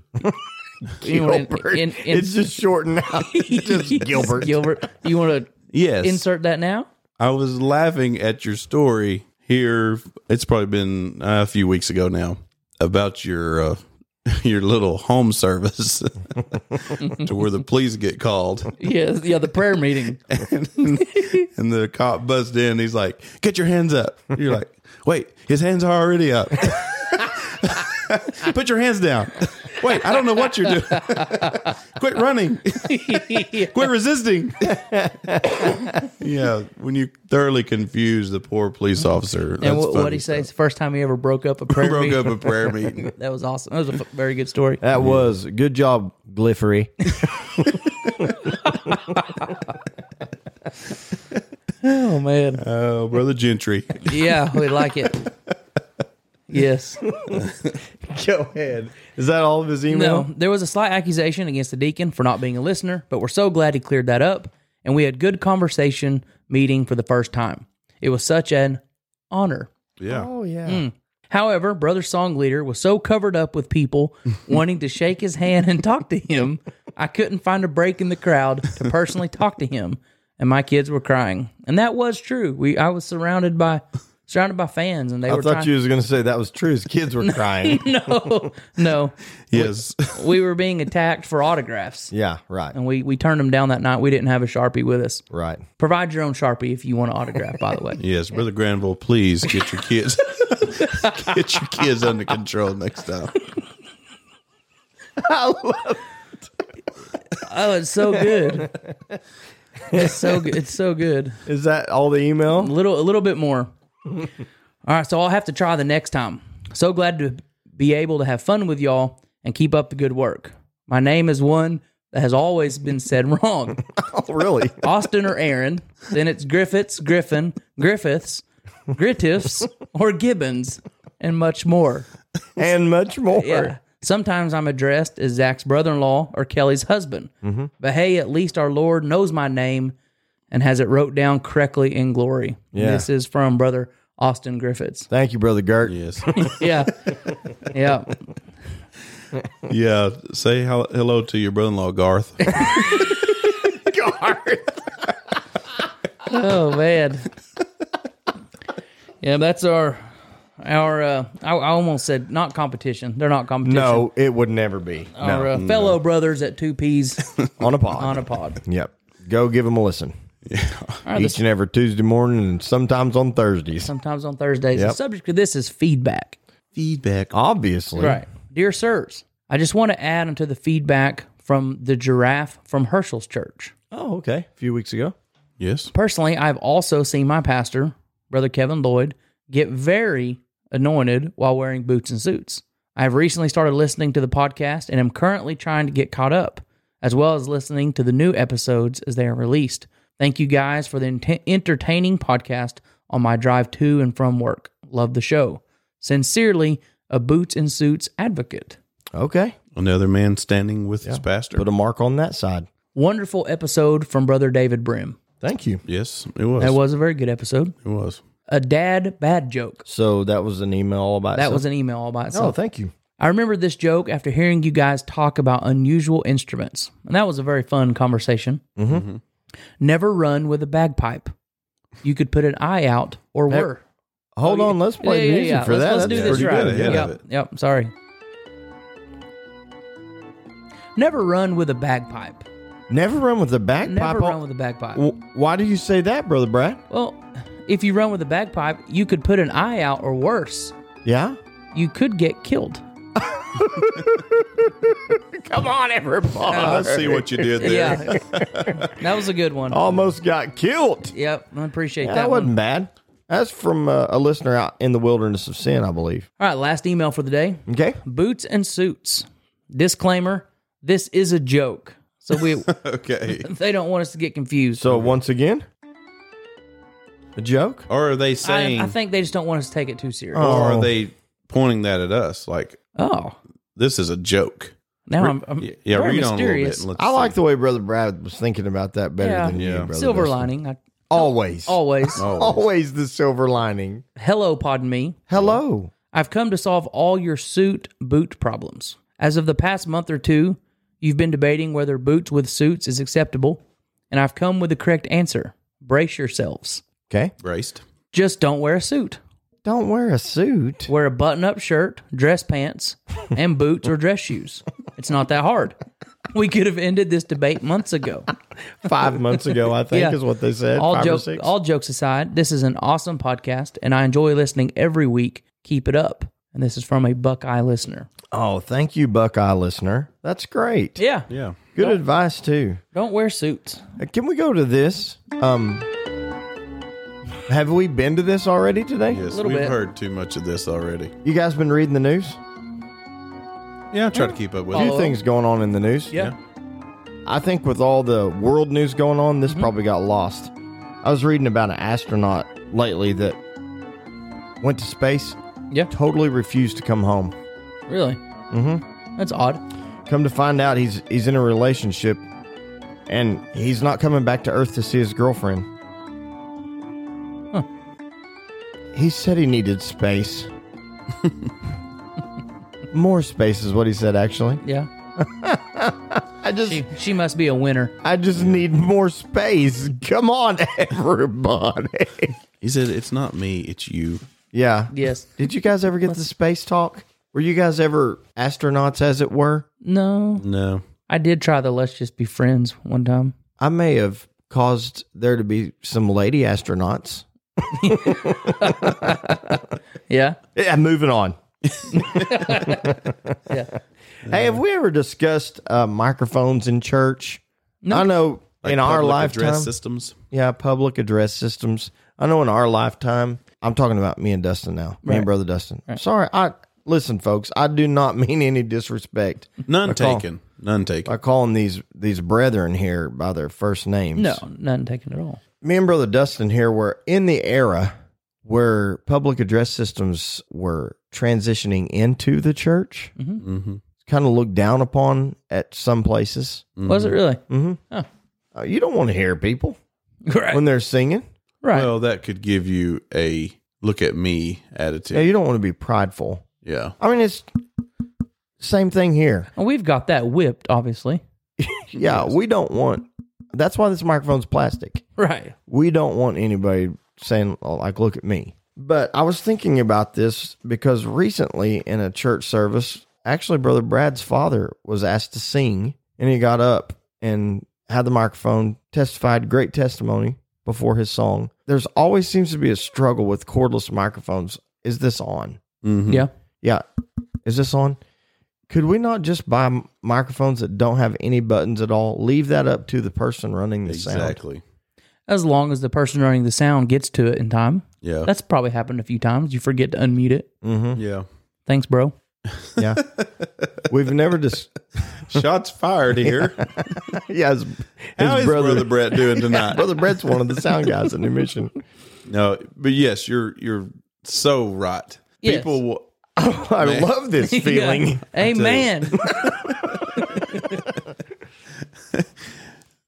Speaker 3: You wanna-
Speaker 2: Gilbert.
Speaker 3: in- in-
Speaker 2: (laughs) it's just shortened
Speaker 3: (laughs)
Speaker 2: out. (laughs) It's just Gilbert.
Speaker 3: Gilbert, you want to
Speaker 4: Yes.
Speaker 3: insert that now?
Speaker 4: I was laughing at your story here. It's probably been uh, a few weeks ago now about your uh, (laughs) your little home service (laughs) to where the police get called
Speaker 3: Yeah, yeah, the prayer meeting. (laughs)
Speaker 4: and the cop busts in. He's like, "Get your hands up!" You're (laughs) like, "Wait, his hands are already up. Put your hands down." Wait, I don't know what you're doing. (laughs) Quit running. Quit resisting. (laughs) yeah, when you thoroughly confuse the poor police officer.
Speaker 3: And
Speaker 4: that's
Speaker 3: what what
Speaker 4: funny
Speaker 3: he say?
Speaker 4: stuff.
Speaker 3: It's the first time he ever broke up a prayer
Speaker 4: (laughs) Broke
Speaker 3: meeting.
Speaker 4: up a prayer meeting.
Speaker 3: That was awesome. That was a f- very good story.
Speaker 2: That was good job,
Speaker 3: (laughs)
Speaker 2: Gliffery.
Speaker 3: Oh man,
Speaker 4: Oh, brother Gentry.
Speaker 3: yeah, we like it. Yes.
Speaker 2: Go ahead. Is that all of his email?
Speaker 3: No, there was a slight accusation against the deacon for not being a listener, but we're so glad he cleared that up, and we had good conversation meeting for the first time. It was such an honor.
Speaker 4: Yeah.
Speaker 2: Oh yeah.
Speaker 3: However, Brother Song Leader was so covered up with
Speaker 2: (laughs)
Speaker 3: people wanting to shake his hand and talk to him, I couldn't find a break in the crowd to personally talk to him, and my kids were crying. And that was true. We I was surrounded by surrounded by fans, and they
Speaker 2: I
Speaker 3: were
Speaker 2: thought
Speaker 3: trying.
Speaker 2: you was gonna say that was true. His
Speaker 3: (laughs)
Speaker 2: kids were crying.
Speaker 3: no, no,
Speaker 4: Yes.
Speaker 3: we were being attacked for autographs,
Speaker 2: yeah, right.
Speaker 3: and we we turned them down that night. We didn't have a sharpie with us.
Speaker 2: Right.
Speaker 3: Provide your own sharpie if you want to autograph. By the way,
Speaker 4: Yes, brother Granville, please get your kids (laughs) get your kids under control next time.
Speaker 3: (laughs) oh, it's so good. (laughs) It's so good. It's so good.
Speaker 2: Is that all the
Speaker 3: A (laughs)
Speaker 2: email?
Speaker 3: little, a little bit more. All right, so I'll have to try the next time. So glad to be able to have fun with y'all and keep up the good work. My name is one that has always been said wrong. (laughs)
Speaker 2: Oh really?
Speaker 3: Austin or Aaron, then it's Griffiths, Griffin, Griffiths, Griffiths, or Gibbons, and much more.
Speaker 2: and much more.
Speaker 3: Yeah. Sometimes I'm addressed as Zach's brother in law or Kelly's husband.
Speaker 2: Mm-hmm.
Speaker 3: But hey, at least our Lord knows my name and has it wrote down correctly in glory.
Speaker 2: Yeah.
Speaker 3: This is from brother Austin Griffiths.
Speaker 2: Thank you, brother Gert.
Speaker 4: Yes.
Speaker 3: Yeah. (laughs) yeah.
Speaker 4: Yeah. Say hel- hello to your brother in law, Garth.
Speaker 3: Oh, man. Yeah, that's our. Our, uh, I, I almost said not competition. They're not competition.
Speaker 2: No, it would never be.
Speaker 3: our
Speaker 2: no.
Speaker 3: uh, fellow brothers at Two Peas
Speaker 2: On a pod.
Speaker 3: on a
Speaker 2: (laughs)
Speaker 3: pod.
Speaker 2: Yep. Go give them a listen. Each and every Tuesday morning and sometimes on Thursdays.
Speaker 3: Sometimes on Thursdays. The
Speaker 2: Yep.
Speaker 3: subject of this is feedback.
Speaker 4: Feedback.
Speaker 2: Obviously.
Speaker 3: Right. Dear sirs, I just want to add onto the feedback from the giraffe from Herschel's church.
Speaker 2: Oh, okay. A few weeks ago.
Speaker 4: (laughs) Yes.
Speaker 3: Personally, I've also seen my pastor, Brother Kevin Lloyd, get very anointed while wearing boots and suits. I've recently started listening to the podcast and am currently trying to get caught up, as well as listening to the new episodes as they are released. Thank you guys for the ent- entertaining podcast on my drive to and from work. Love the show. Sincerely, a boots and suits advocate.
Speaker 2: Okay.
Speaker 4: Another man standing with his pastor.
Speaker 2: Put a mark on that side.
Speaker 3: wonderful episode from brother david brim
Speaker 2: Thank you.
Speaker 4: yes, it was.
Speaker 3: that was a very good episode
Speaker 4: It was.
Speaker 3: a dad bad joke
Speaker 2: So that was an email all about
Speaker 3: that
Speaker 2: itself.
Speaker 3: was an email all by
Speaker 2: Oh,
Speaker 3: itself
Speaker 2: thank you.
Speaker 3: i remember this joke after hearing you guys talk about unusual instruments and that was a very fun conversation mm-hmm. never run with a bagpipe you could put an eye out or were
Speaker 2: Hold
Speaker 3: Oh,
Speaker 2: on, let's play music for
Speaker 3: let's,
Speaker 2: that.
Speaker 3: Let's
Speaker 2: That's
Speaker 3: do this
Speaker 2: pretty
Speaker 3: right.
Speaker 4: good ahead
Speaker 3: yep,
Speaker 4: of it.
Speaker 3: yep. Sorry. Never run with a bagpipe.
Speaker 2: Never run with the bagpipe.
Speaker 3: Never
Speaker 2: on-
Speaker 3: run with a bagpipe.
Speaker 2: W- Why do you say that, brother Brad?
Speaker 3: Well, if you run with a bagpipe, you could put an eye out, or worse,
Speaker 2: Yeah.
Speaker 3: you could get killed.
Speaker 2: Come on, everybody.
Speaker 4: I see what you did there.
Speaker 3: Oh, Yeah, that was a good one.
Speaker 2: (laughs) Almost got killed.
Speaker 3: Yep, I appreciate
Speaker 2: That,
Speaker 3: that
Speaker 2: wasn't
Speaker 3: one.
Speaker 2: bad. That's from uh, a listener out in the wilderness of sin, I believe.
Speaker 3: All right, last email for the day:
Speaker 2: Okay.
Speaker 3: boots and suits. Disclaimer: This is a joke, so
Speaker 4: (laughs)
Speaker 3: we
Speaker 4: (laughs)
Speaker 3: (laughs)
Speaker 4: Okay.
Speaker 3: they don't want us to get confused.
Speaker 2: So once again, a joke.
Speaker 4: Or are they
Speaker 3: I,
Speaker 4: saying
Speaker 3: I think they just don't want us to take it too serious.
Speaker 4: or
Speaker 3: Oh,
Speaker 4: are they pointing that at us like this is a joke?
Speaker 3: now I'm, I'm
Speaker 4: Yeah, yeah
Speaker 3: very
Speaker 4: read on a little bit.
Speaker 3: mysterious.
Speaker 4: and let's
Speaker 2: I like
Speaker 4: see.
Speaker 2: the way brother Brad was thinking about that better
Speaker 3: Yeah.
Speaker 2: than you,
Speaker 4: Yeah.
Speaker 2: brother.
Speaker 3: Silver
Speaker 2: Dustin.
Speaker 3: lining, I,
Speaker 2: Always.
Speaker 3: always.
Speaker 2: (laughs)
Speaker 4: Oh.
Speaker 2: Always the silver lining.
Speaker 3: Hello, pardon me.
Speaker 2: Hello.
Speaker 3: I've come to solve all your suit boot problems. As of the past month or two, you've been debating whether boots with suits is acceptable, and I've come with the correct answer. Brace yourselves.
Speaker 2: Okay.
Speaker 4: braced.
Speaker 3: Just don't wear a suit.
Speaker 2: Don't wear a suit.
Speaker 3: Wear a button up shirt, dress pants, and boots or dress shoes. It's not that hard. We could have ended this debate months
Speaker 2: (laughs)
Speaker 3: ago.
Speaker 2: Five months ago, I think,
Speaker 3: Yeah.
Speaker 2: is what they said.
Speaker 3: All,
Speaker 2: Five or
Speaker 3: joke,
Speaker 2: six.
Speaker 3: all jokes aside, this is an awesome podcast, and I enjoy listening every week. Keep it up. And this is from a Buckeye listener.
Speaker 2: Oh, thank you, Buckeye listener. That's great.
Speaker 3: Yeah.
Speaker 4: Yeah.
Speaker 2: Good advice too.
Speaker 3: Don't wear suits.
Speaker 2: Uh, Can we go to this? Um, have we been to this already today?
Speaker 4: Yes,
Speaker 3: Little
Speaker 4: we've
Speaker 3: bit.
Speaker 4: heard too much of this already.
Speaker 2: You guys been reading the news?
Speaker 4: Yeah, I try
Speaker 3: Oh.
Speaker 4: to keep up with
Speaker 2: A few
Speaker 3: Follow.
Speaker 2: things going on in the news.
Speaker 3: Yeah.
Speaker 2: I think with all the world news going on, this probably got lost. I was reading about an astronaut lately that went to space,
Speaker 3: Yeah.
Speaker 2: totally refused to come home.
Speaker 3: Really? Mm-hmm. That's odd.
Speaker 2: Come to find out, he's he's in a relationship, and he's not coming back to Earth to see his girlfriend.
Speaker 3: Huh.
Speaker 2: He said he needed space. More space is what he said. Actually,
Speaker 3: Yeah.
Speaker 2: I just
Speaker 3: She, she must be a winner.
Speaker 2: I just need more space. Come on, (laughs) everybody.
Speaker 4: He said, "It's not me, it's you."
Speaker 2: yeah.
Speaker 3: Yes.
Speaker 2: Did you guys ever get the space talk? Were you guys ever astronauts, as it were?
Speaker 3: No.
Speaker 4: No,
Speaker 3: I did try the let's just be friends one time.
Speaker 2: I may have caused there to be some lady astronauts.
Speaker 3: Yeah.
Speaker 2: Yeah, moving on.
Speaker 3: (laughs) Yeah.
Speaker 2: Hey, have we ever discussed uh, microphones in church? I know in our
Speaker 4: Public address
Speaker 2: lifetime.
Speaker 4: systems.
Speaker 2: yeah, public address systems. I know in our lifetime. I'm talking about me and Dustin now. Me and brother Dustin. Sorry, I listen, folks. I do not (laughs) mean any disrespect
Speaker 4: None
Speaker 2: call.
Speaker 4: taken. None taken.
Speaker 2: by calling these these brethren here by their first names.
Speaker 3: No, nothing taken at all.
Speaker 2: me and brother Dustin here were in the era where public address systems were transitioning into the church.
Speaker 4: Mm-hmm.
Speaker 2: Kind of looked down upon at some places.
Speaker 3: Was it really? Mm-hmm. Oh.
Speaker 2: Uh, you don't want to hear people
Speaker 3: Right.
Speaker 2: when they're singing.
Speaker 3: right.
Speaker 4: Well, that could give you a look at me
Speaker 2: Yeah,
Speaker 4: attitude.
Speaker 2: you don't want to be prideful.
Speaker 4: Yeah.
Speaker 2: I mean, it's same thing here.
Speaker 3: And we've got that whipped, obviously.
Speaker 2: Yeah, we don't want. That's why this microphone's plastic.
Speaker 3: Right.
Speaker 2: we don't want anybody saying oh, like look at me but i was thinking about this because recently in a church service actually brother brad's father was asked to sing and he got up and had the microphone testified great testimony before his song there's always seems to be a struggle with cordless microphones is this on
Speaker 4: Mm-hmm.
Speaker 3: Yeah.
Speaker 2: yeah is this on could we not just buy m- microphones that don't have any buttons at all leave that up to the person running the sound
Speaker 4: Exactly.
Speaker 3: As long as the person running the sound gets to it in time.
Speaker 4: Yeah.
Speaker 3: That's probably happened a few times. You forget to unmute it.
Speaker 2: mm-hmm.
Speaker 4: yeah.
Speaker 3: Thanks, bro.
Speaker 2: Yeah. We've never just
Speaker 3: (laughs)
Speaker 4: Shots fired here.
Speaker 2: (laughs) yeah, his,
Speaker 4: How
Speaker 2: his brother,
Speaker 4: is brother,
Speaker 2: brother
Speaker 4: Brett
Speaker 3: (laughs)
Speaker 4: doing tonight?
Speaker 2: Brett's one of the sound guys in the mission. (laughs)
Speaker 4: no, but yes, you're you're so right.
Speaker 3: Yes.
Speaker 4: People will
Speaker 2: I love this (laughs) feeling.
Speaker 3: Yeah. (laughs) Amen.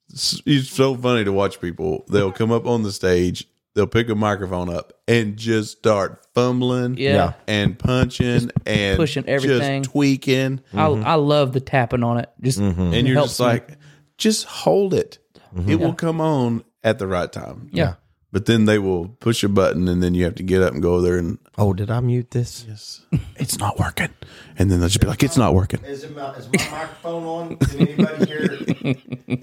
Speaker 4: it's so funny to watch people. They'll come up on the stage, they'll pick a microphone up and just start fumbling
Speaker 3: Yeah.
Speaker 2: Yeah.
Speaker 4: and punching and
Speaker 3: pushing everything.
Speaker 4: just tweaking.
Speaker 3: I, I love the tapping on Mm-hmm. it. Just
Speaker 4: And you're
Speaker 3: Helps
Speaker 4: just
Speaker 3: me. Mm-hmm.
Speaker 4: like, just hold it. It will come on at the right time.
Speaker 3: yeah.
Speaker 4: But then they will push a button and then you have to get up and go over there and
Speaker 2: Oh, did I mute this?
Speaker 4: it's not working. And then they'll just be like, it's not working.
Speaker 2: Is, it my, is my microphone on? Can anybody hear? (laughs)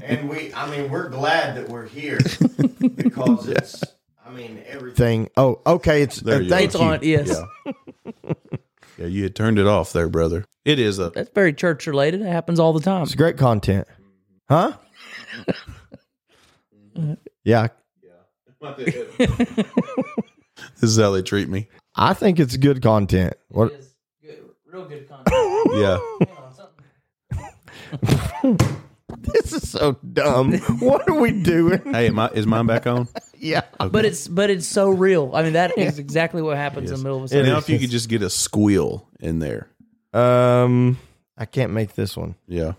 Speaker 2: And we, I mean, we're glad that we're here (laughs) because it's, I mean, everything. Oh, okay. It's
Speaker 4: There
Speaker 2: uh,
Speaker 4: you
Speaker 2: thank
Speaker 4: go.
Speaker 3: It's on. Yes.
Speaker 4: Yeah. yeah, you had turned it off there, brother. It
Speaker 3: (laughs)
Speaker 4: is a
Speaker 3: That's very church related. It happens all the time.
Speaker 2: It's great content, (laughs) huh? yeah,
Speaker 4: this is how they treat me.
Speaker 2: I think it's good content. What?
Speaker 3: Real good content.
Speaker 4: Yeah.
Speaker 2: This is so (laughs) dumb. What are we doing?
Speaker 4: Hey, am I, is mine back on?
Speaker 2: Yeah.
Speaker 3: But it's but it's so real. I mean, that is
Speaker 4: (laughs)
Speaker 3: exactly what happens in the middle of a
Speaker 2: It
Speaker 3: sermon.
Speaker 4: now, if you could just get a squeal in there.
Speaker 2: Um, I can't make this one.
Speaker 4: Yeah.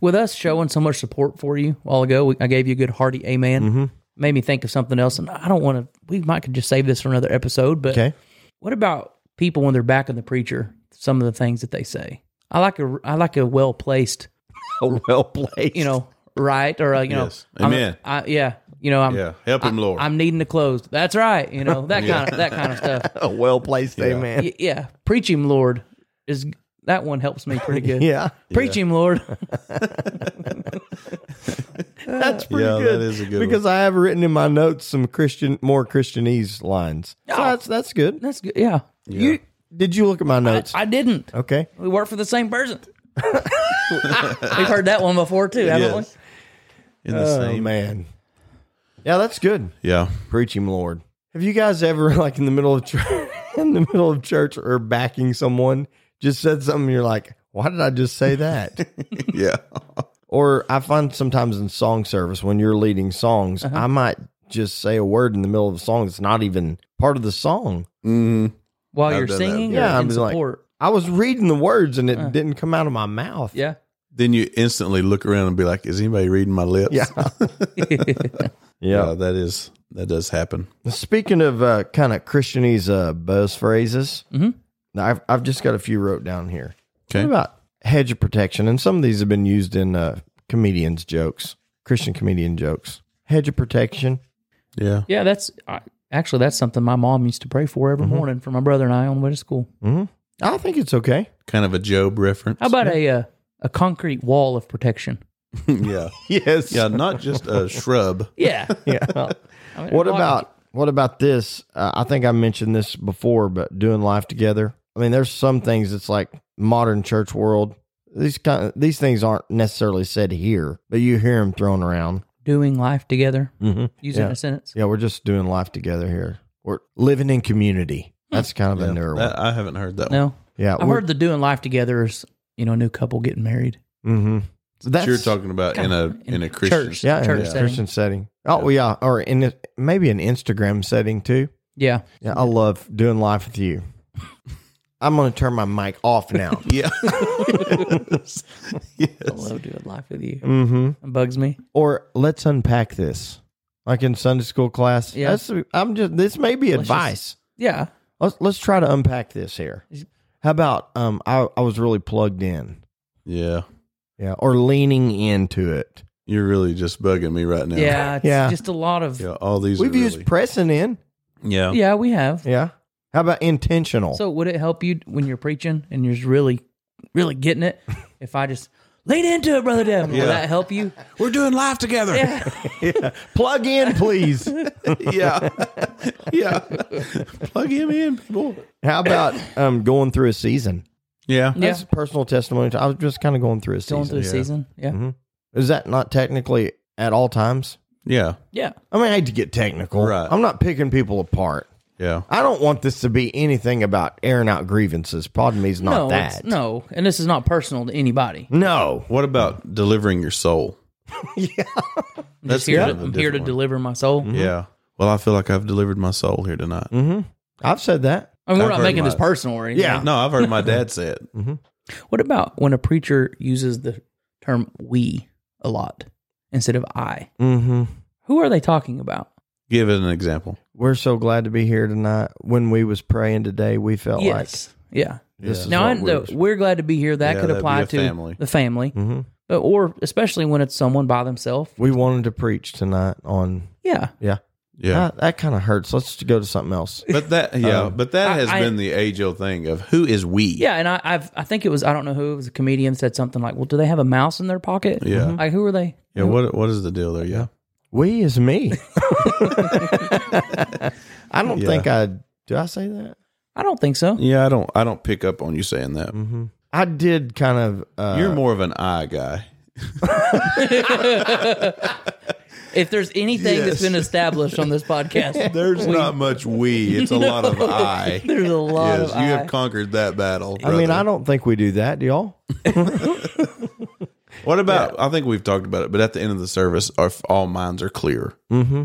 Speaker 3: With us showing so much support for you a while ago, we, I gave you a good hearty amen.
Speaker 4: Mm-hmm.
Speaker 3: Made me think of something else, and I don't want to. We might could just save this for another episode. But
Speaker 2: Okay.
Speaker 3: what about people when they're backing the preacher? Some of the things that they say. I like a I like a well placed
Speaker 2: (laughs) A well placed.
Speaker 3: you know, right or uh, you
Speaker 4: Yes.
Speaker 3: know, I'm-
Speaker 4: Amen.
Speaker 3: I, yeah, you know, I'm
Speaker 4: Yeah. Help him, Lord.
Speaker 3: I'm needing to close. That's right, you know
Speaker 4: (laughs)
Speaker 3: that kind of that kind of stuff.
Speaker 2: a well placed amen.
Speaker 3: Y- yeah, preach him, Lord. Is that one helps me pretty good.
Speaker 2: (laughs) (laughs) Yeah.
Speaker 3: preach him, Lord. (laughs)
Speaker 2: That's pretty
Speaker 4: Yeah,
Speaker 2: good.
Speaker 4: that is a good
Speaker 2: because I have written in my Oh. notes some Christian, more Christianese lines. So that's that's good.
Speaker 3: That's good. Yeah, you
Speaker 2: Did you look at my
Speaker 3: I,
Speaker 2: notes?
Speaker 3: I didn't.
Speaker 2: okay.
Speaker 3: We work for the same person. We've heard that one before too, haven't
Speaker 4: Yes. In the
Speaker 2: Oh
Speaker 4: same.
Speaker 2: man. Yeah, that's good.
Speaker 4: Yeah. (laughs)
Speaker 2: Preach him, Lord. Have you guys ever (laughs) like in the middle of church, (laughs) in the middle of church or backing someone just said something you're like, why did I just say that?
Speaker 4: Yeah.
Speaker 2: or I find sometimes in song service when you're leading songs,
Speaker 3: Uh-huh.
Speaker 2: I might just say a word in the middle of a song that's not even part of the song.
Speaker 4: hmm
Speaker 3: we? While
Speaker 4: I've
Speaker 3: you're
Speaker 4: done that.
Speaker 3: singing,
Speaker 2: Yeah,
Speaker 3: yeah,
Speaker 2: I'd
Speaker 3: in
Speaker 2: be like-
Speaker 3: support.
Speaker 2: I was reading the words and it
Speaker 3: Uh.
Speaker 2: didn't come out of my mouth.
Speaker 3: yeah.
Speaker 4: Then you instantly look around and be like, "Is anybody reading my lips?"
Speaker 2: Yeah.
Speaker 4: Yeah,
Speaker 2: Yeah.
Speaker 4: that is that does happen.
Speaker 2: Speaking of uh, kind of Christianese uh, buzz phrases,
Speaker 3: Mhm.
Speaker 2: now I've, I've just got a few wrote down here.
Speaker 4: Okay.
Speaker 2: What about hedge of protection? And some of these have been used in uh, comedians' jokes, Christian comedian jokes. Hedge of protection.
Speaker 4: Yeah.
Speaker 3: yeah, that's I, actually that's something my mom used to pray for every morning for my brother and I on the way to school.
Speaker 2: I think it's okay.
Speaker 4: Kind of a Job reference.
Speaker 3: How about a uh, a concrete wall of protection?
Speaker 4: (laughs) yeah.
Speaker 2: Yes.
Speaker 4: Yeah, not just a shrub.
Speaker 3: (laughs) Yeah.
Speaker 2: yeah.
Speaker 3: I mean,
Speaker 2: what
Speaker 3: a lot-
Speaker 2: about what about this? Uh, I think I mentioned this before, but doing life together. I mean, there's some things that's like modern church world. These kind of, these things aren't necessarily said here, but you hear them thrown around.
Speaker 3: doing life together?
Speaker 2: Mm-hmm.
Speaker 3: Using
Speaker 2: Yeah.
Speaker 3: a sentence.
Speaker 2: Yeah, we're just doing life together here. We're living in community. That's kind of
Speaker 4: Yeah,
Speaker 2: a newer
Speaker 4: that-
Speaker 2: one.
Speaker 4: I haven't heard that one.
Speaker 3: No,
Speaker 2: Yeah,
Speaker 3: I've
Speaker 2: we're-
Speaker 3: heard the doing life together is you know a new couple getting married.
Speaker 2: Mm-hmm. That's
Speaker 4: You're talking about in a in a Christian.
Speaker 3: church,
Speaker 2: yeah, in
Speaker 3: church
Speaker 2: a
Speaker 3: setting.
Speaker 2: Christian setting. Oh, well, yeah, or in a, maybe an Instagram setting too.
Speaker 3: Yeah,
Speaker 2: Yeah, I love doing life with
Speaker 3: (laughs)
Speaker 2: you. I'm going to turn my mic off now.
Speaker 4: (laughs) Yeah.
Speaker 3: I love doing life with you.
Speaker 2: mm-hmm.
Speaker 3: It bugs me.
Speaker 2: Or let's unpack this, like in Sunday school class.
Speaker 3: Yeah.
Speaker 2: That's- I'm just. This may be
Speaker 3: Let's just-
Speaker 2: advice.
Speaker 3: Yeah,
Speaker 2: let's let's try to unpack this here. How about um? I I was really plugged in.
Speaker 4: yeah.
Speaker 2: Yeah, or leaning into it.
Speaker 4: You're really just bugging me right now.
Speaker 3: yeah, it's
Speaker 2: Yeah.
Speaker 3: Just a lot of
Speaker 4: Yeah. All these
Speaker 2: We've
Speaker 4: are really,
Speaker 2: used pressing in.
Speaker 4: Yeah.
Speaker 3: yeah. We have.
Speaker 2: Yeah. How about intentional?
Speaker 3: So would it help you when you're preaching and you're just really, really getting
Speaker 4: (laughs)
Speaker 3: it? If I just lean into it, brother Devin,
Speaker 4: Yeah.
Speaker 3: will that help
Speaker 4: (laughs)
Speaker 3: you?
Speaker 4: We're doing live together. Yeah.
Speaker 2: Plug
Speaker 3: (laughs)
Speaker 2: in, please.
Speaker 4: (laughs) Yeah. (laughs) Plug him in, people.
Speaker 2: How about um going through a season?
Speaker 4: Yeah.
Speaker 3: Yeah,
Speaker 2: That's a personal testimony. I was just kind of going through a season.
Speaker 3: going through the
Speaker 4: yeah. Mm-hmm.
Speaker 3: season. Yeah,
Speaker 2: Is that not technically at all times?
Speaker 4: Yeah.
Speaker 3: yeah.
Speaker 2: I mean, I hate to get technical.
Speaker 4: Right.
Speaker 2: I'm not picking people apart.
Speaker 4: Yeah.
Speaker 2: I don't want this to be anything about airing out grievances. Pardon me, is not
Speaker 3: no, it's-
Speaker 2: that.
Speaker 3: no, and this is not personal to anybody.
Speaker 2: No.
Speaker 4: What about delivering your soul?
Speaker 3: I'm just
Speaker 4: That's
Speaker 3: here.
Speaker 4: kind
Speaker 3: To,
Speaker 4: of a
Speaker 3: I'm here to
Speaker 4: different Mm-hmm. one.
Speaker 3: deliver my soul.
Speaker 4: Yeah. Well, I feel like I've delivered my soul here tonight.
Speaker 2: I've said that.
Speaker 3: I mean, we're
Speaker 4: I've
Speaker 3: not
Speaker 4: heard
Speaker 3: making
Speaker 4: my-
Speaker 3: this personal or anything.
Speaker 2: Yeah.
Speaker 4: No, I've heard my dad say it.
Speaker 3: What about when a preacher uses the term "we" a lot instead of "I"?
Speaker 2: Mm-hmm.
Speaker 3: Who are they talking about?
Speaker 4: Give it an example.
Speaker 2: We're so glad to be here tonight. When we was praying today, we felt
Speaker 3: yes. yeah.
Speaker 2: like this is
Speaker 3: Now
Speaker 2: what
Speaker 3: I know
Speaker 2: we're-
Speaker 3: we're glad to be here. That
Speaker 4: Yeah,
Speaker 3: could
Speaker 4: that'd be
Speaker 3: apply
Speaker 4: a
Speaker 3: to
Speaker 4: family.
Speaker 3: the family, but, or especially when it's someone by themselves.
Speaker 2: Mm-hmm. we wanted to preach tonight on.
Speaker 3: Yeah,
Speaker 2: Yeah.
Speaker 4: Yeah.
Speaker 2: Ah, that kind of hurts. Let's go to something else.
Speaker 4: But that yeah, but that
Speaker 3: I-
Speaker 4: has
Speaker 3: I-
Speaker 4: been the age old thing of who is we.
Speaker 3: yeah. And I, I've I think it was I don't know who it was a comedian said something like, "Well, do they have a mouse in their pocket? Mm-hmm.
Speaker 4: Yeah.
Speaker 3: like who are they?
Speaker 4: Yeah, what what is the deal there? Yeah.
Speaker 2: We is me.
Speaker 3: (laughs)
Speaker 2: I don't
Speaker 4: Yeah.
Speaker 2: think I do. I say that.
Speaker 3: I don't think so.
Speaker 4: Yeah, I don't I don't pick up on you saying that.
Speaker 2: I did kind of. Uh,
Speaker 4: You're more of an I guy.
Speaker 3: If there's anything
Speaker 4: Yes.
Speaker 3: that's been established on this
Speaker 4: (laughs)
Speaker 3: podcast,
Speaker 4: There's not much we.
Speaker 3: (laughs)
Speaker 4: It's a lot of I.
Speaker 3: there's a lot
Speaker 4: yes,
Speaker 3: of
Speaker 4: you
Speaker 3: I.
Speaker 4: have conquered that battle.
Speaker 2: I mean,
Speaker 4: brother.
Speaker 2: I don't think we do that, do y'all?
Speaker 4: What about? I think we've talked about it, but at the end of the service, our, all minds are clear.
Speaker 2: Mm-hmm.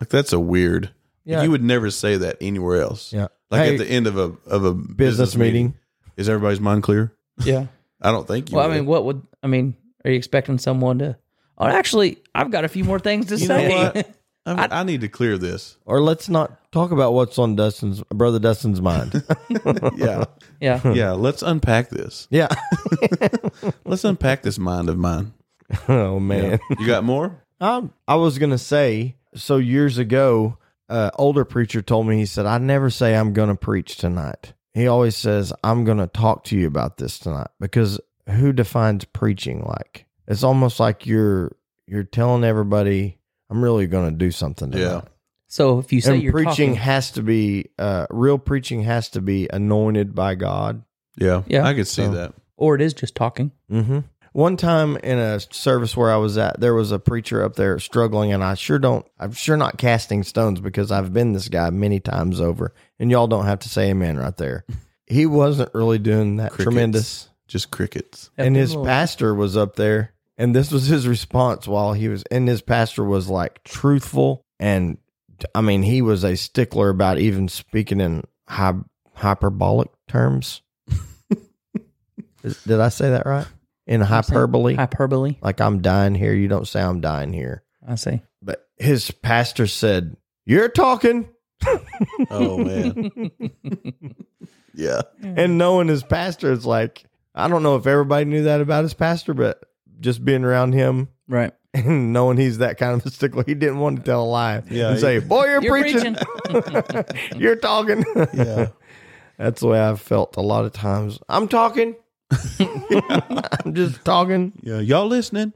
Speaker 4: Like that's a weird.
Speaker 2: Yeah.
Speaker 4: You would never say that anywhere else.
Speaker 2: Yeah.
Speaker 4: Like
Speaker 2: Hey,
Speaker 4: at the end of a of a
Speaker 2: business, meeting.
Speaker 4: is everybody's mind clear?
Speaker 3: yeah.
Speaker 4: I don't think you.
Speaker 3: Well, I
Speaker 4: would.
Speaker 3: mean, what would I mean? Are you expecting someone to? Oh, actually, I've got a few more things to
Speaker 4: you know
Speaker 3: say.
Speaker 4: what? I, mean, I need to clear this.
Speaker 2: Or let's not talk about what's on Dustin's brother Dustin's (laughs) mind. (laughs)
Speaker 4: Yeah,
Speaker 3: (laughs) yeah,
Speaker 4: yeah. Let's unpack this.
Speaker 2: yeah.
Speaker 4: Let's unpack this mind of mine.
Speaker 2: (laughs) oh man.
Speaker 4: You got more?
Speaker 2: Um, I was gonna say so years ago, uh, older preacher told me he said I never say I'm gonna preach tonight. He always says I'm gonna talk to you about this tonight because who defines preaching like? It's almost like you're you're telling everybody I'm really gonna do something tonight.
Speaker 4: Yeah.
Speaker 3: So if you say
Speaker 2: and
Speaker 3: you're
Speaker 2: preaching
Speaker 3: talking,
Speaker 2: has to be uh, real preaching has to be anointed by God.
Speaker 4: Yeah.
Speaker 3: Yeah.
Speaker 4: I could see
Speaker 2: So-
Speaker 4: that.
Speaker 3: or it is just talking.
Speaker 2: Mm-hmm. One time in a service where I was at, there was a preacher up there struggling, and I sure don't, I'm sure not casting stones because I've been this guy many times over, and y'all don't have to say amen right there. He wasn't really doing that
Speaker 4: Crickets.
Speaker 2: tremendous.
Speaker 3: (laughs)
Speaker 4: Just crickets.
Speaker 2: and his
Speaker 3: people-
Speaker 2: pastor was up there, and this was his response while he was, and his pastor was like truthful, and I mean, he was a stickler about even speaking in hy- hyperbolic terms. Is- Did I say that right? In hyperbole?
Speaker 3: hyperbole.
Speaker 2: like I'm dying here. You don't say I'm dying here.
Speaker 3: I say.
Speaker 2: But his pastor said, You're talking.
Speaker 4: Oh man.
Speaker 3: (laughs)
Speaker 4: yeah.
Speaker 2: And knowing his pastor is like, I don't know if everybody knew that about his pastor, but just being around him
Speaker 3: right.
Speaker 2: and (laughs) knowing he's that kind of a stickler, he didn't want to tell a lie
Speaker 4: Yeah,
Speaker 2: and
Speaker 4: he-
Speaker 2: say, Boy, you're,
Speaker 3: You're
Speaker 2: preaching. (laughs) you're talking.
Speaker 4: Yeah.
Speaker 2: That's the way I've felt a lot of times. I'm (laughs) talking. I'm just talking.
Speaker 4: Yeah. Y'all listening?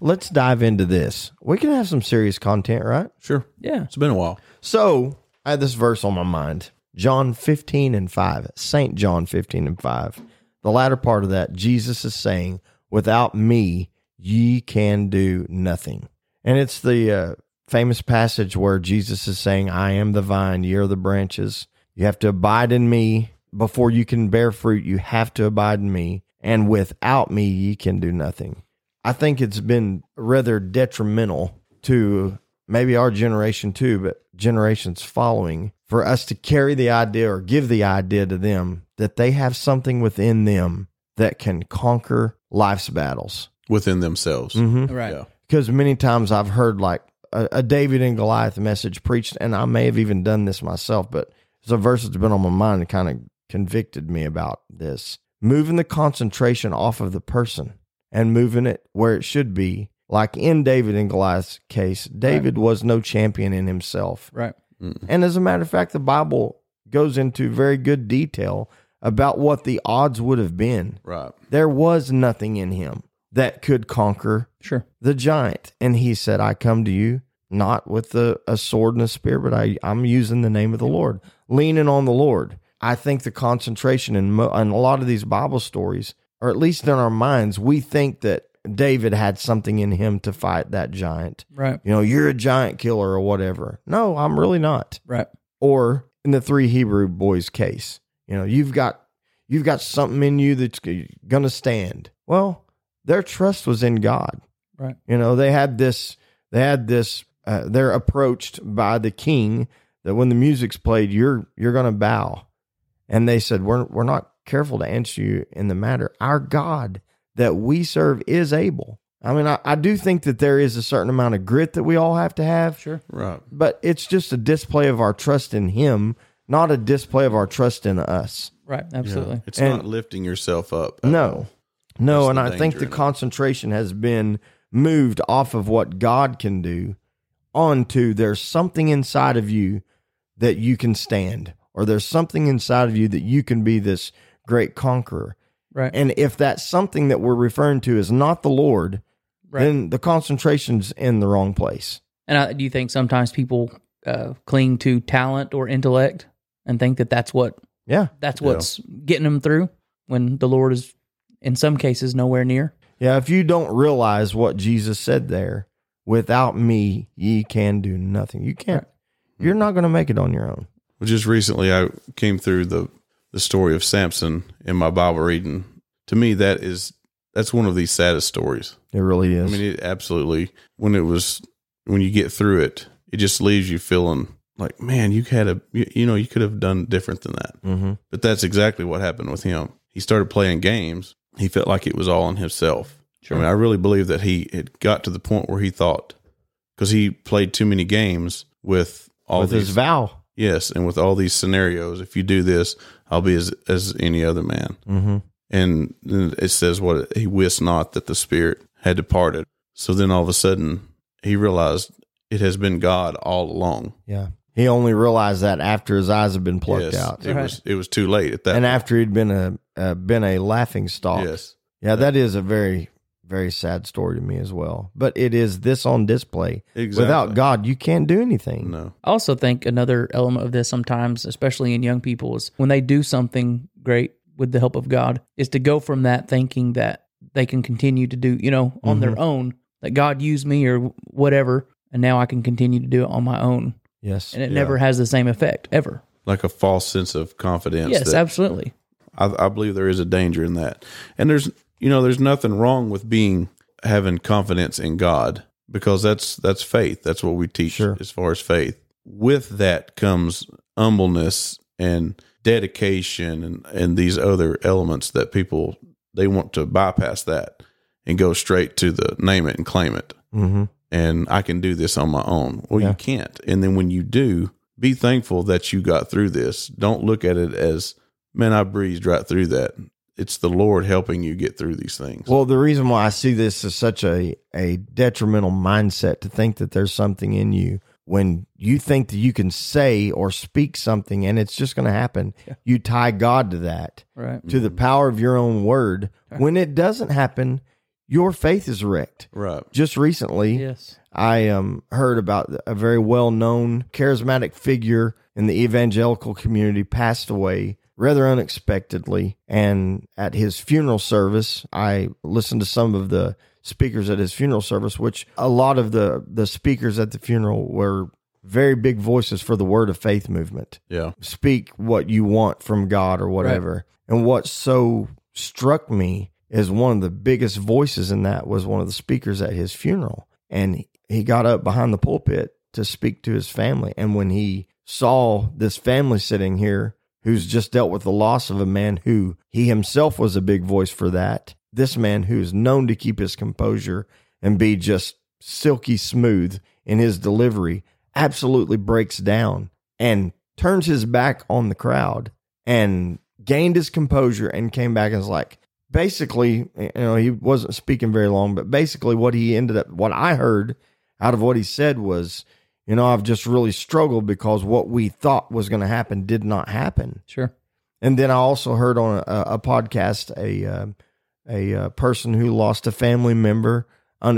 Speaker 2: Let's dive into this. We can have some serious content, right?
Speaker 4: Sure.
Speaker 3: Yeah.
Speaker 4: It's been a while.
Speaker 2: So I had this verse on my mind John 15 and 5, St. John 15 and 5. The latter part of that, Jesus is saying, Without me, ye can do nothing. And it's the uh, famous passage where Jesus is saying, I am the vine, ye are the branches. You have to abide in me. Before you can bear fruit, you have to abide in me. And without me, ye can do nothing. I think it's been rather detrimental to maybe our generation too, but generations following for us to carry the idea or give the idea to them that they have something within them that can conquer life's battles.
Speaker 4: Within themselves.
Speaker 2: Mm-hmm.
Speaker 3: Right.
Speaker 4: Yeah.
Speaker 2: Because many times I've heard like a, a David and Goliath message preached, and I may have even done this myself, but it's a verse that's been on my mind and kind of convicted me about this. Moving the concentration off of the person and moving it where it should be. Like in David and Goliath's case, David was no champion in himself.
Speaker 3: Right.
Speaker 2: And as a matter of fact, the Bible goes into very good detail about what the odds would have been.
Speaker 4: Right.
Speaker 2: There was nothing in him that could conquer
Speaker 3: Sure.
Speaker 2: the giant. And he said, I come to you not with a, a sword and a spear, but I, I'm using the name of the Lord, leaning on the Lord. I think the concentration in, mo- in a lot of these Bible stories, or at least in our minds, we think that David had something in him to fight that giant.
Speaker 3: Right.
Speaker 2: You know, you're a giant killer or whatever. No, I'm really not.
Speaker 3: Right.
Speaker 2: Or in the three Hebrew boys case, you know, you've got you've got something in you that's going to stand. Well, their trust was in God.
Speaker 3: Right.
Speaker 2: You know, they had this, they had this, uh, they're approached by the king that when the music's played, you're, you're going to bow. And they said, we're, we're not careful to answer you in the matter. Our God that we serve is able. I mean, I, I do think that there is a certain amount of grit that we all have to have. Sure.
Speaker 4: Right.
Speaker 2: But it's just a display of our trust in him, not a display of our trust in us.
Speaker 3: Right. Absolutely.
Speaker 4: It's
Speaker 2: And-
Speaker 4: not lifting yourself up.
Speaker 2: No, no,
Speaker 4: That's
Speaker 2: and
Speaker 4: the
Speaker 2: I think
Speaker 4: danger
Speaker 2: the
Speaker 4: in it.
Speaker 2: concentration has been moved off of what God can do onto there's something inside of you that you can stand, or there's something inside of you that you can be this great conqueror.
Speaker 3: Right.
Speaker 2: And if that something that we're referring to is not the Lord,
Speaker 3: Right.
Speaker 2: then the concentration's in the wrong place.
Speaker 3: And I, do you think sometimes people uh, cling to talent or intellect and think that that's what
Speaker 2: Yeah.
Speaker 3: that's
Speaker 4: Yeah.
Speaker 3: what's getting them through when the Lord is, in some cases, nowhere near?
Speaker 2: Yeah. If you don't realize what Jesus said there, without me, ye can do nothing. You can't. You're not going to make it on your own.
Speaker 4: Well, just recently, I came through the the story of Samson in my Bible reading. To me, that is that's one of the saddest stories.
Speaker 2: It really
Speaker 4: I
Speaker 2: is.
Speaker 4: mean, it absolutely when it was when you get through it, it just leaves you feeling like, man, you had a you, you know you could have done different than that.
Speaker 2: mm-hmm.
Speaker 4: But that's exactly what happened with him. He started playing games. He felt like it was all on himself. I mean, I really believe that he had got to the point where he thought because he played too many games with all
Speaker 2: with
Speaker 4: these
Speaker 2: his vow.
Speaker 4: Yes, and with all these scenarios, if you do this, I'll be as as any other man.
Speaker 2: Mm-hmm.
Speaker 4: And then it says what he wist not that the spirit had departed. So then all of a sudden he realized it has been God all along.
Speaker 2: Yeah. He only realized that after his eyes had been plucked
Speaker 4: Yes,
Speaker 2: out,
Speaker 4: it
Speaker 3: Right.
Speaker 4: was it was too late at that.
Speaker 2: and after he'd been a uh, been a laughing stock.
Speaker 4: yes,
Speaker 2: Yeah, that is a very very sad story to me as well. But it is this on display.
Speaker 4: Exactly.
Speaker 2: Without God, you can't do anything.
Speaker 4: No.
Speaker 3: I also think another element of this sometimes, especially in young people, is when they do something great with the help of God, is to go from that thinking that they can continue to do, you know, on their own, that God used me or whatever, and now I can continue to do it on my own.
Speaker 2: Yes.
Speaker 3: And it never has the same effect ever.
Speaker 4: Like a false sense of confidence.
Speaker 3: Yes,
Speaker 4: that-
Speaker 3: absolutely.
Speaker 4: I, I believe there is a danger in that. And there's you know there's nothing wrong with being having confidence in God because that's that's faith. That's what we teach
Speaker 2: Sure.
Speaker 4: as far as faith. With that comes humbleness and dedication and and these other elements that people they want to bypass that and go straight to the name it and claim it
Speaker 2: Mm-hmm.
Speaker 4: and I can do this on my own. Well,
Speaker 2: Yeah.
Speaker 4: you can't. And then when you do, be thankful that you got through this. Don't look at it as, man, I breezed right through that. It's the Lord helping you get through these things.
Speaker 2: Well, the reason why I see this as such a, a detrimental mindset to think that there's something in you when you think that you can say or speak something and it's just going to happen, you tie God to that,
Speaker 3: Right.
Speaker 2: to the power of your own word. When it doesn't happen, your faith is wrecked.
Speaker 4: right.
Speaker 2: Just recently,
Speaker 3: Yes.
Speaker 2: I um, heard about a very well known charismatic figure in the evangelical community passed away rather unexpectedly. And at his funeral service, I listened to some of the speakers at his funeral service, which a lot of the, the speakers at the funeral were very big voices for the Word of Faith movement
Speaker 4: Yeah.
Speaker 2: speak what you want from God or whatever. And what so struck me is one of the biggest voices in that was one of the speakers at his funeral. And he got up behind the pulpit to speak to his family. And when he saw this family sitting here who's just dealt with the loss of a man who he himself was a big voice for that, this man who is known to keep his composure and be just silky smooth in his delivery absolutely breaks down and turns his back on the crowd and gained his composure and came back and was like basically you know he wasn't speaking very long but basically what he ended up what i heard out of what he said was you know i've just really struggled because what we thought was going to happen did not happen
Speaker 3: Sure.
Speaker 2: and then I also heard on a, a podcast a um a uh, person who lost a family member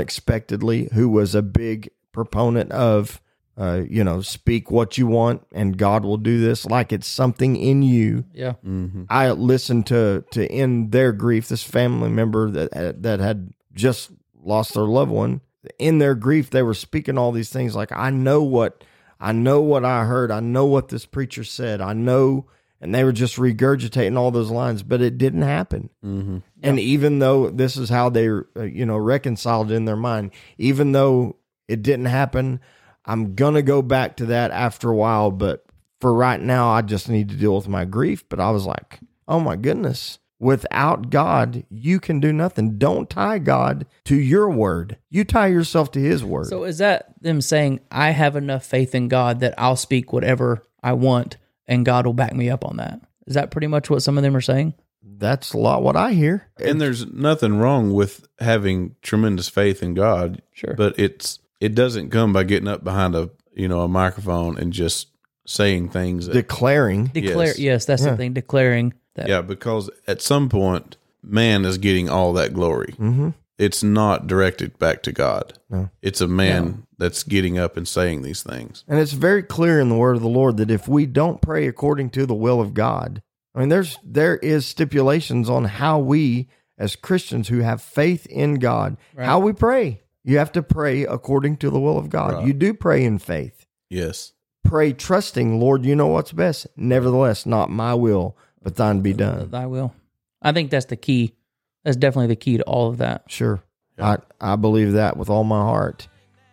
Speaker 2: unexpectedly, who was a big proponent of uh, you know speak what you want and God will do this, like it's something in you.
Speaker 3: Yeah.
Speaker 4: Mm-hmm.
Speaker 2: I listened to to end their grief. This family member that that had just lost their loved one in their grief, they were speaking all these things like, "I know what, I know what I heard. I know what this preacher said. I know." And they were just regurgitating all those lines, but it didn't happen.
Speaker 4: Mm-hmm.
Speaker 2: And even though this is how they, uh, you know, reconciled in their mind, even though it didn't happen, I'm going to go back to that after a while. But for right now, I just need to deal with my grief. But I was like, oh my goodness, without God, you can do nothing. Don't tie God to your word, you tie yourself to his word.
Speaker 3: So is that them saying, I have enough faith in God that I'll speak whatever I want and God will back me up on that? Is that pretty much what some of them are saying?
Speaker 2: That's a lot what I hear.
Speaker 4: And there's nothing wrong with having tremendous faith in God.
Speaker 3: Sure.
Speaker 4: But it's it doesn't come by getting up behind a you know a microphone and just saying things that
Speaker 2: Declaring.
Speaker 3: Declare yes,
Speaker 4: Yes.
Speaker 3: that's the thing, declaring that
Speaker 4: Yeah, because at some point, man is getting all that glory. Mm-hmm. It's not directed back to God. No. It's a man that's getting up and saying these things.
Speaker 2: And it's very clear in the word of the Lord that if we don't pray according to the will of God, I mean there's there is stipulations on how we as Christians who have faith in God, how we pray. You have to pray according to the will of God. You do pray in faith.
Speaker 4: Yes.
Speaker 2: Pray trusting, Lord, you know what's best. Nevertheless, not my will, but thine be done.
Speaker 3: thy will. I think that's the key. That's definitely the key to all of that.
Speaker 2: Sure. I, I believe that with all my heart.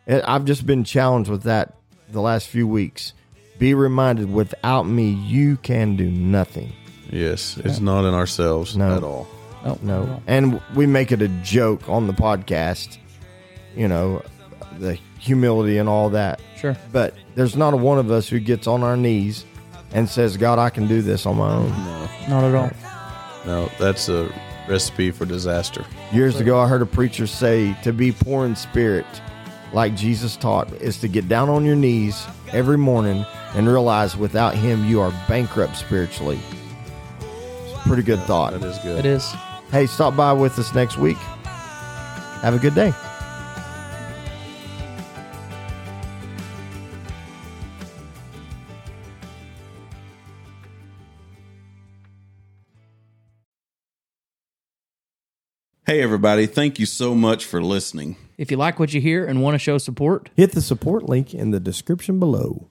Speaker 2: And I've just been challenged with that the last few weeks. Be reminded, without me, you can do nothing.
Speaker 4: Yes. It's not in ourselves
Speaker 2: No.
Speaker 4: at all.
Speaker 3: Oh
Speaker 2: No. And we make it a joke on the podcast, you know, the humility and all that.
Speaker 3: Sure.
Speaker 2: But there's not a one of us who gets on our knees and says, God, I can do this on my own.
Speaker 3: Not at all.
Speaker 4: No, that's a recipe for disaster.
Speaker 2: Years ago, I heard a preacher say to be poor in spirit, like Jesus taught, is to get down on your knees every morning and realize without Him, you are bankrupt spiritually. It's a pretty good thought.
Speaker 4: That is good.
Speaker 3: It is.
Speaker 2: Hey, stop by with us next week. Have a good day.
Speaker 4: Hey, everybody. Thank you so much for listening.
Speaker 3: If you like what you hear and want to show support,
Speaker 2: Hit the support link in the description below.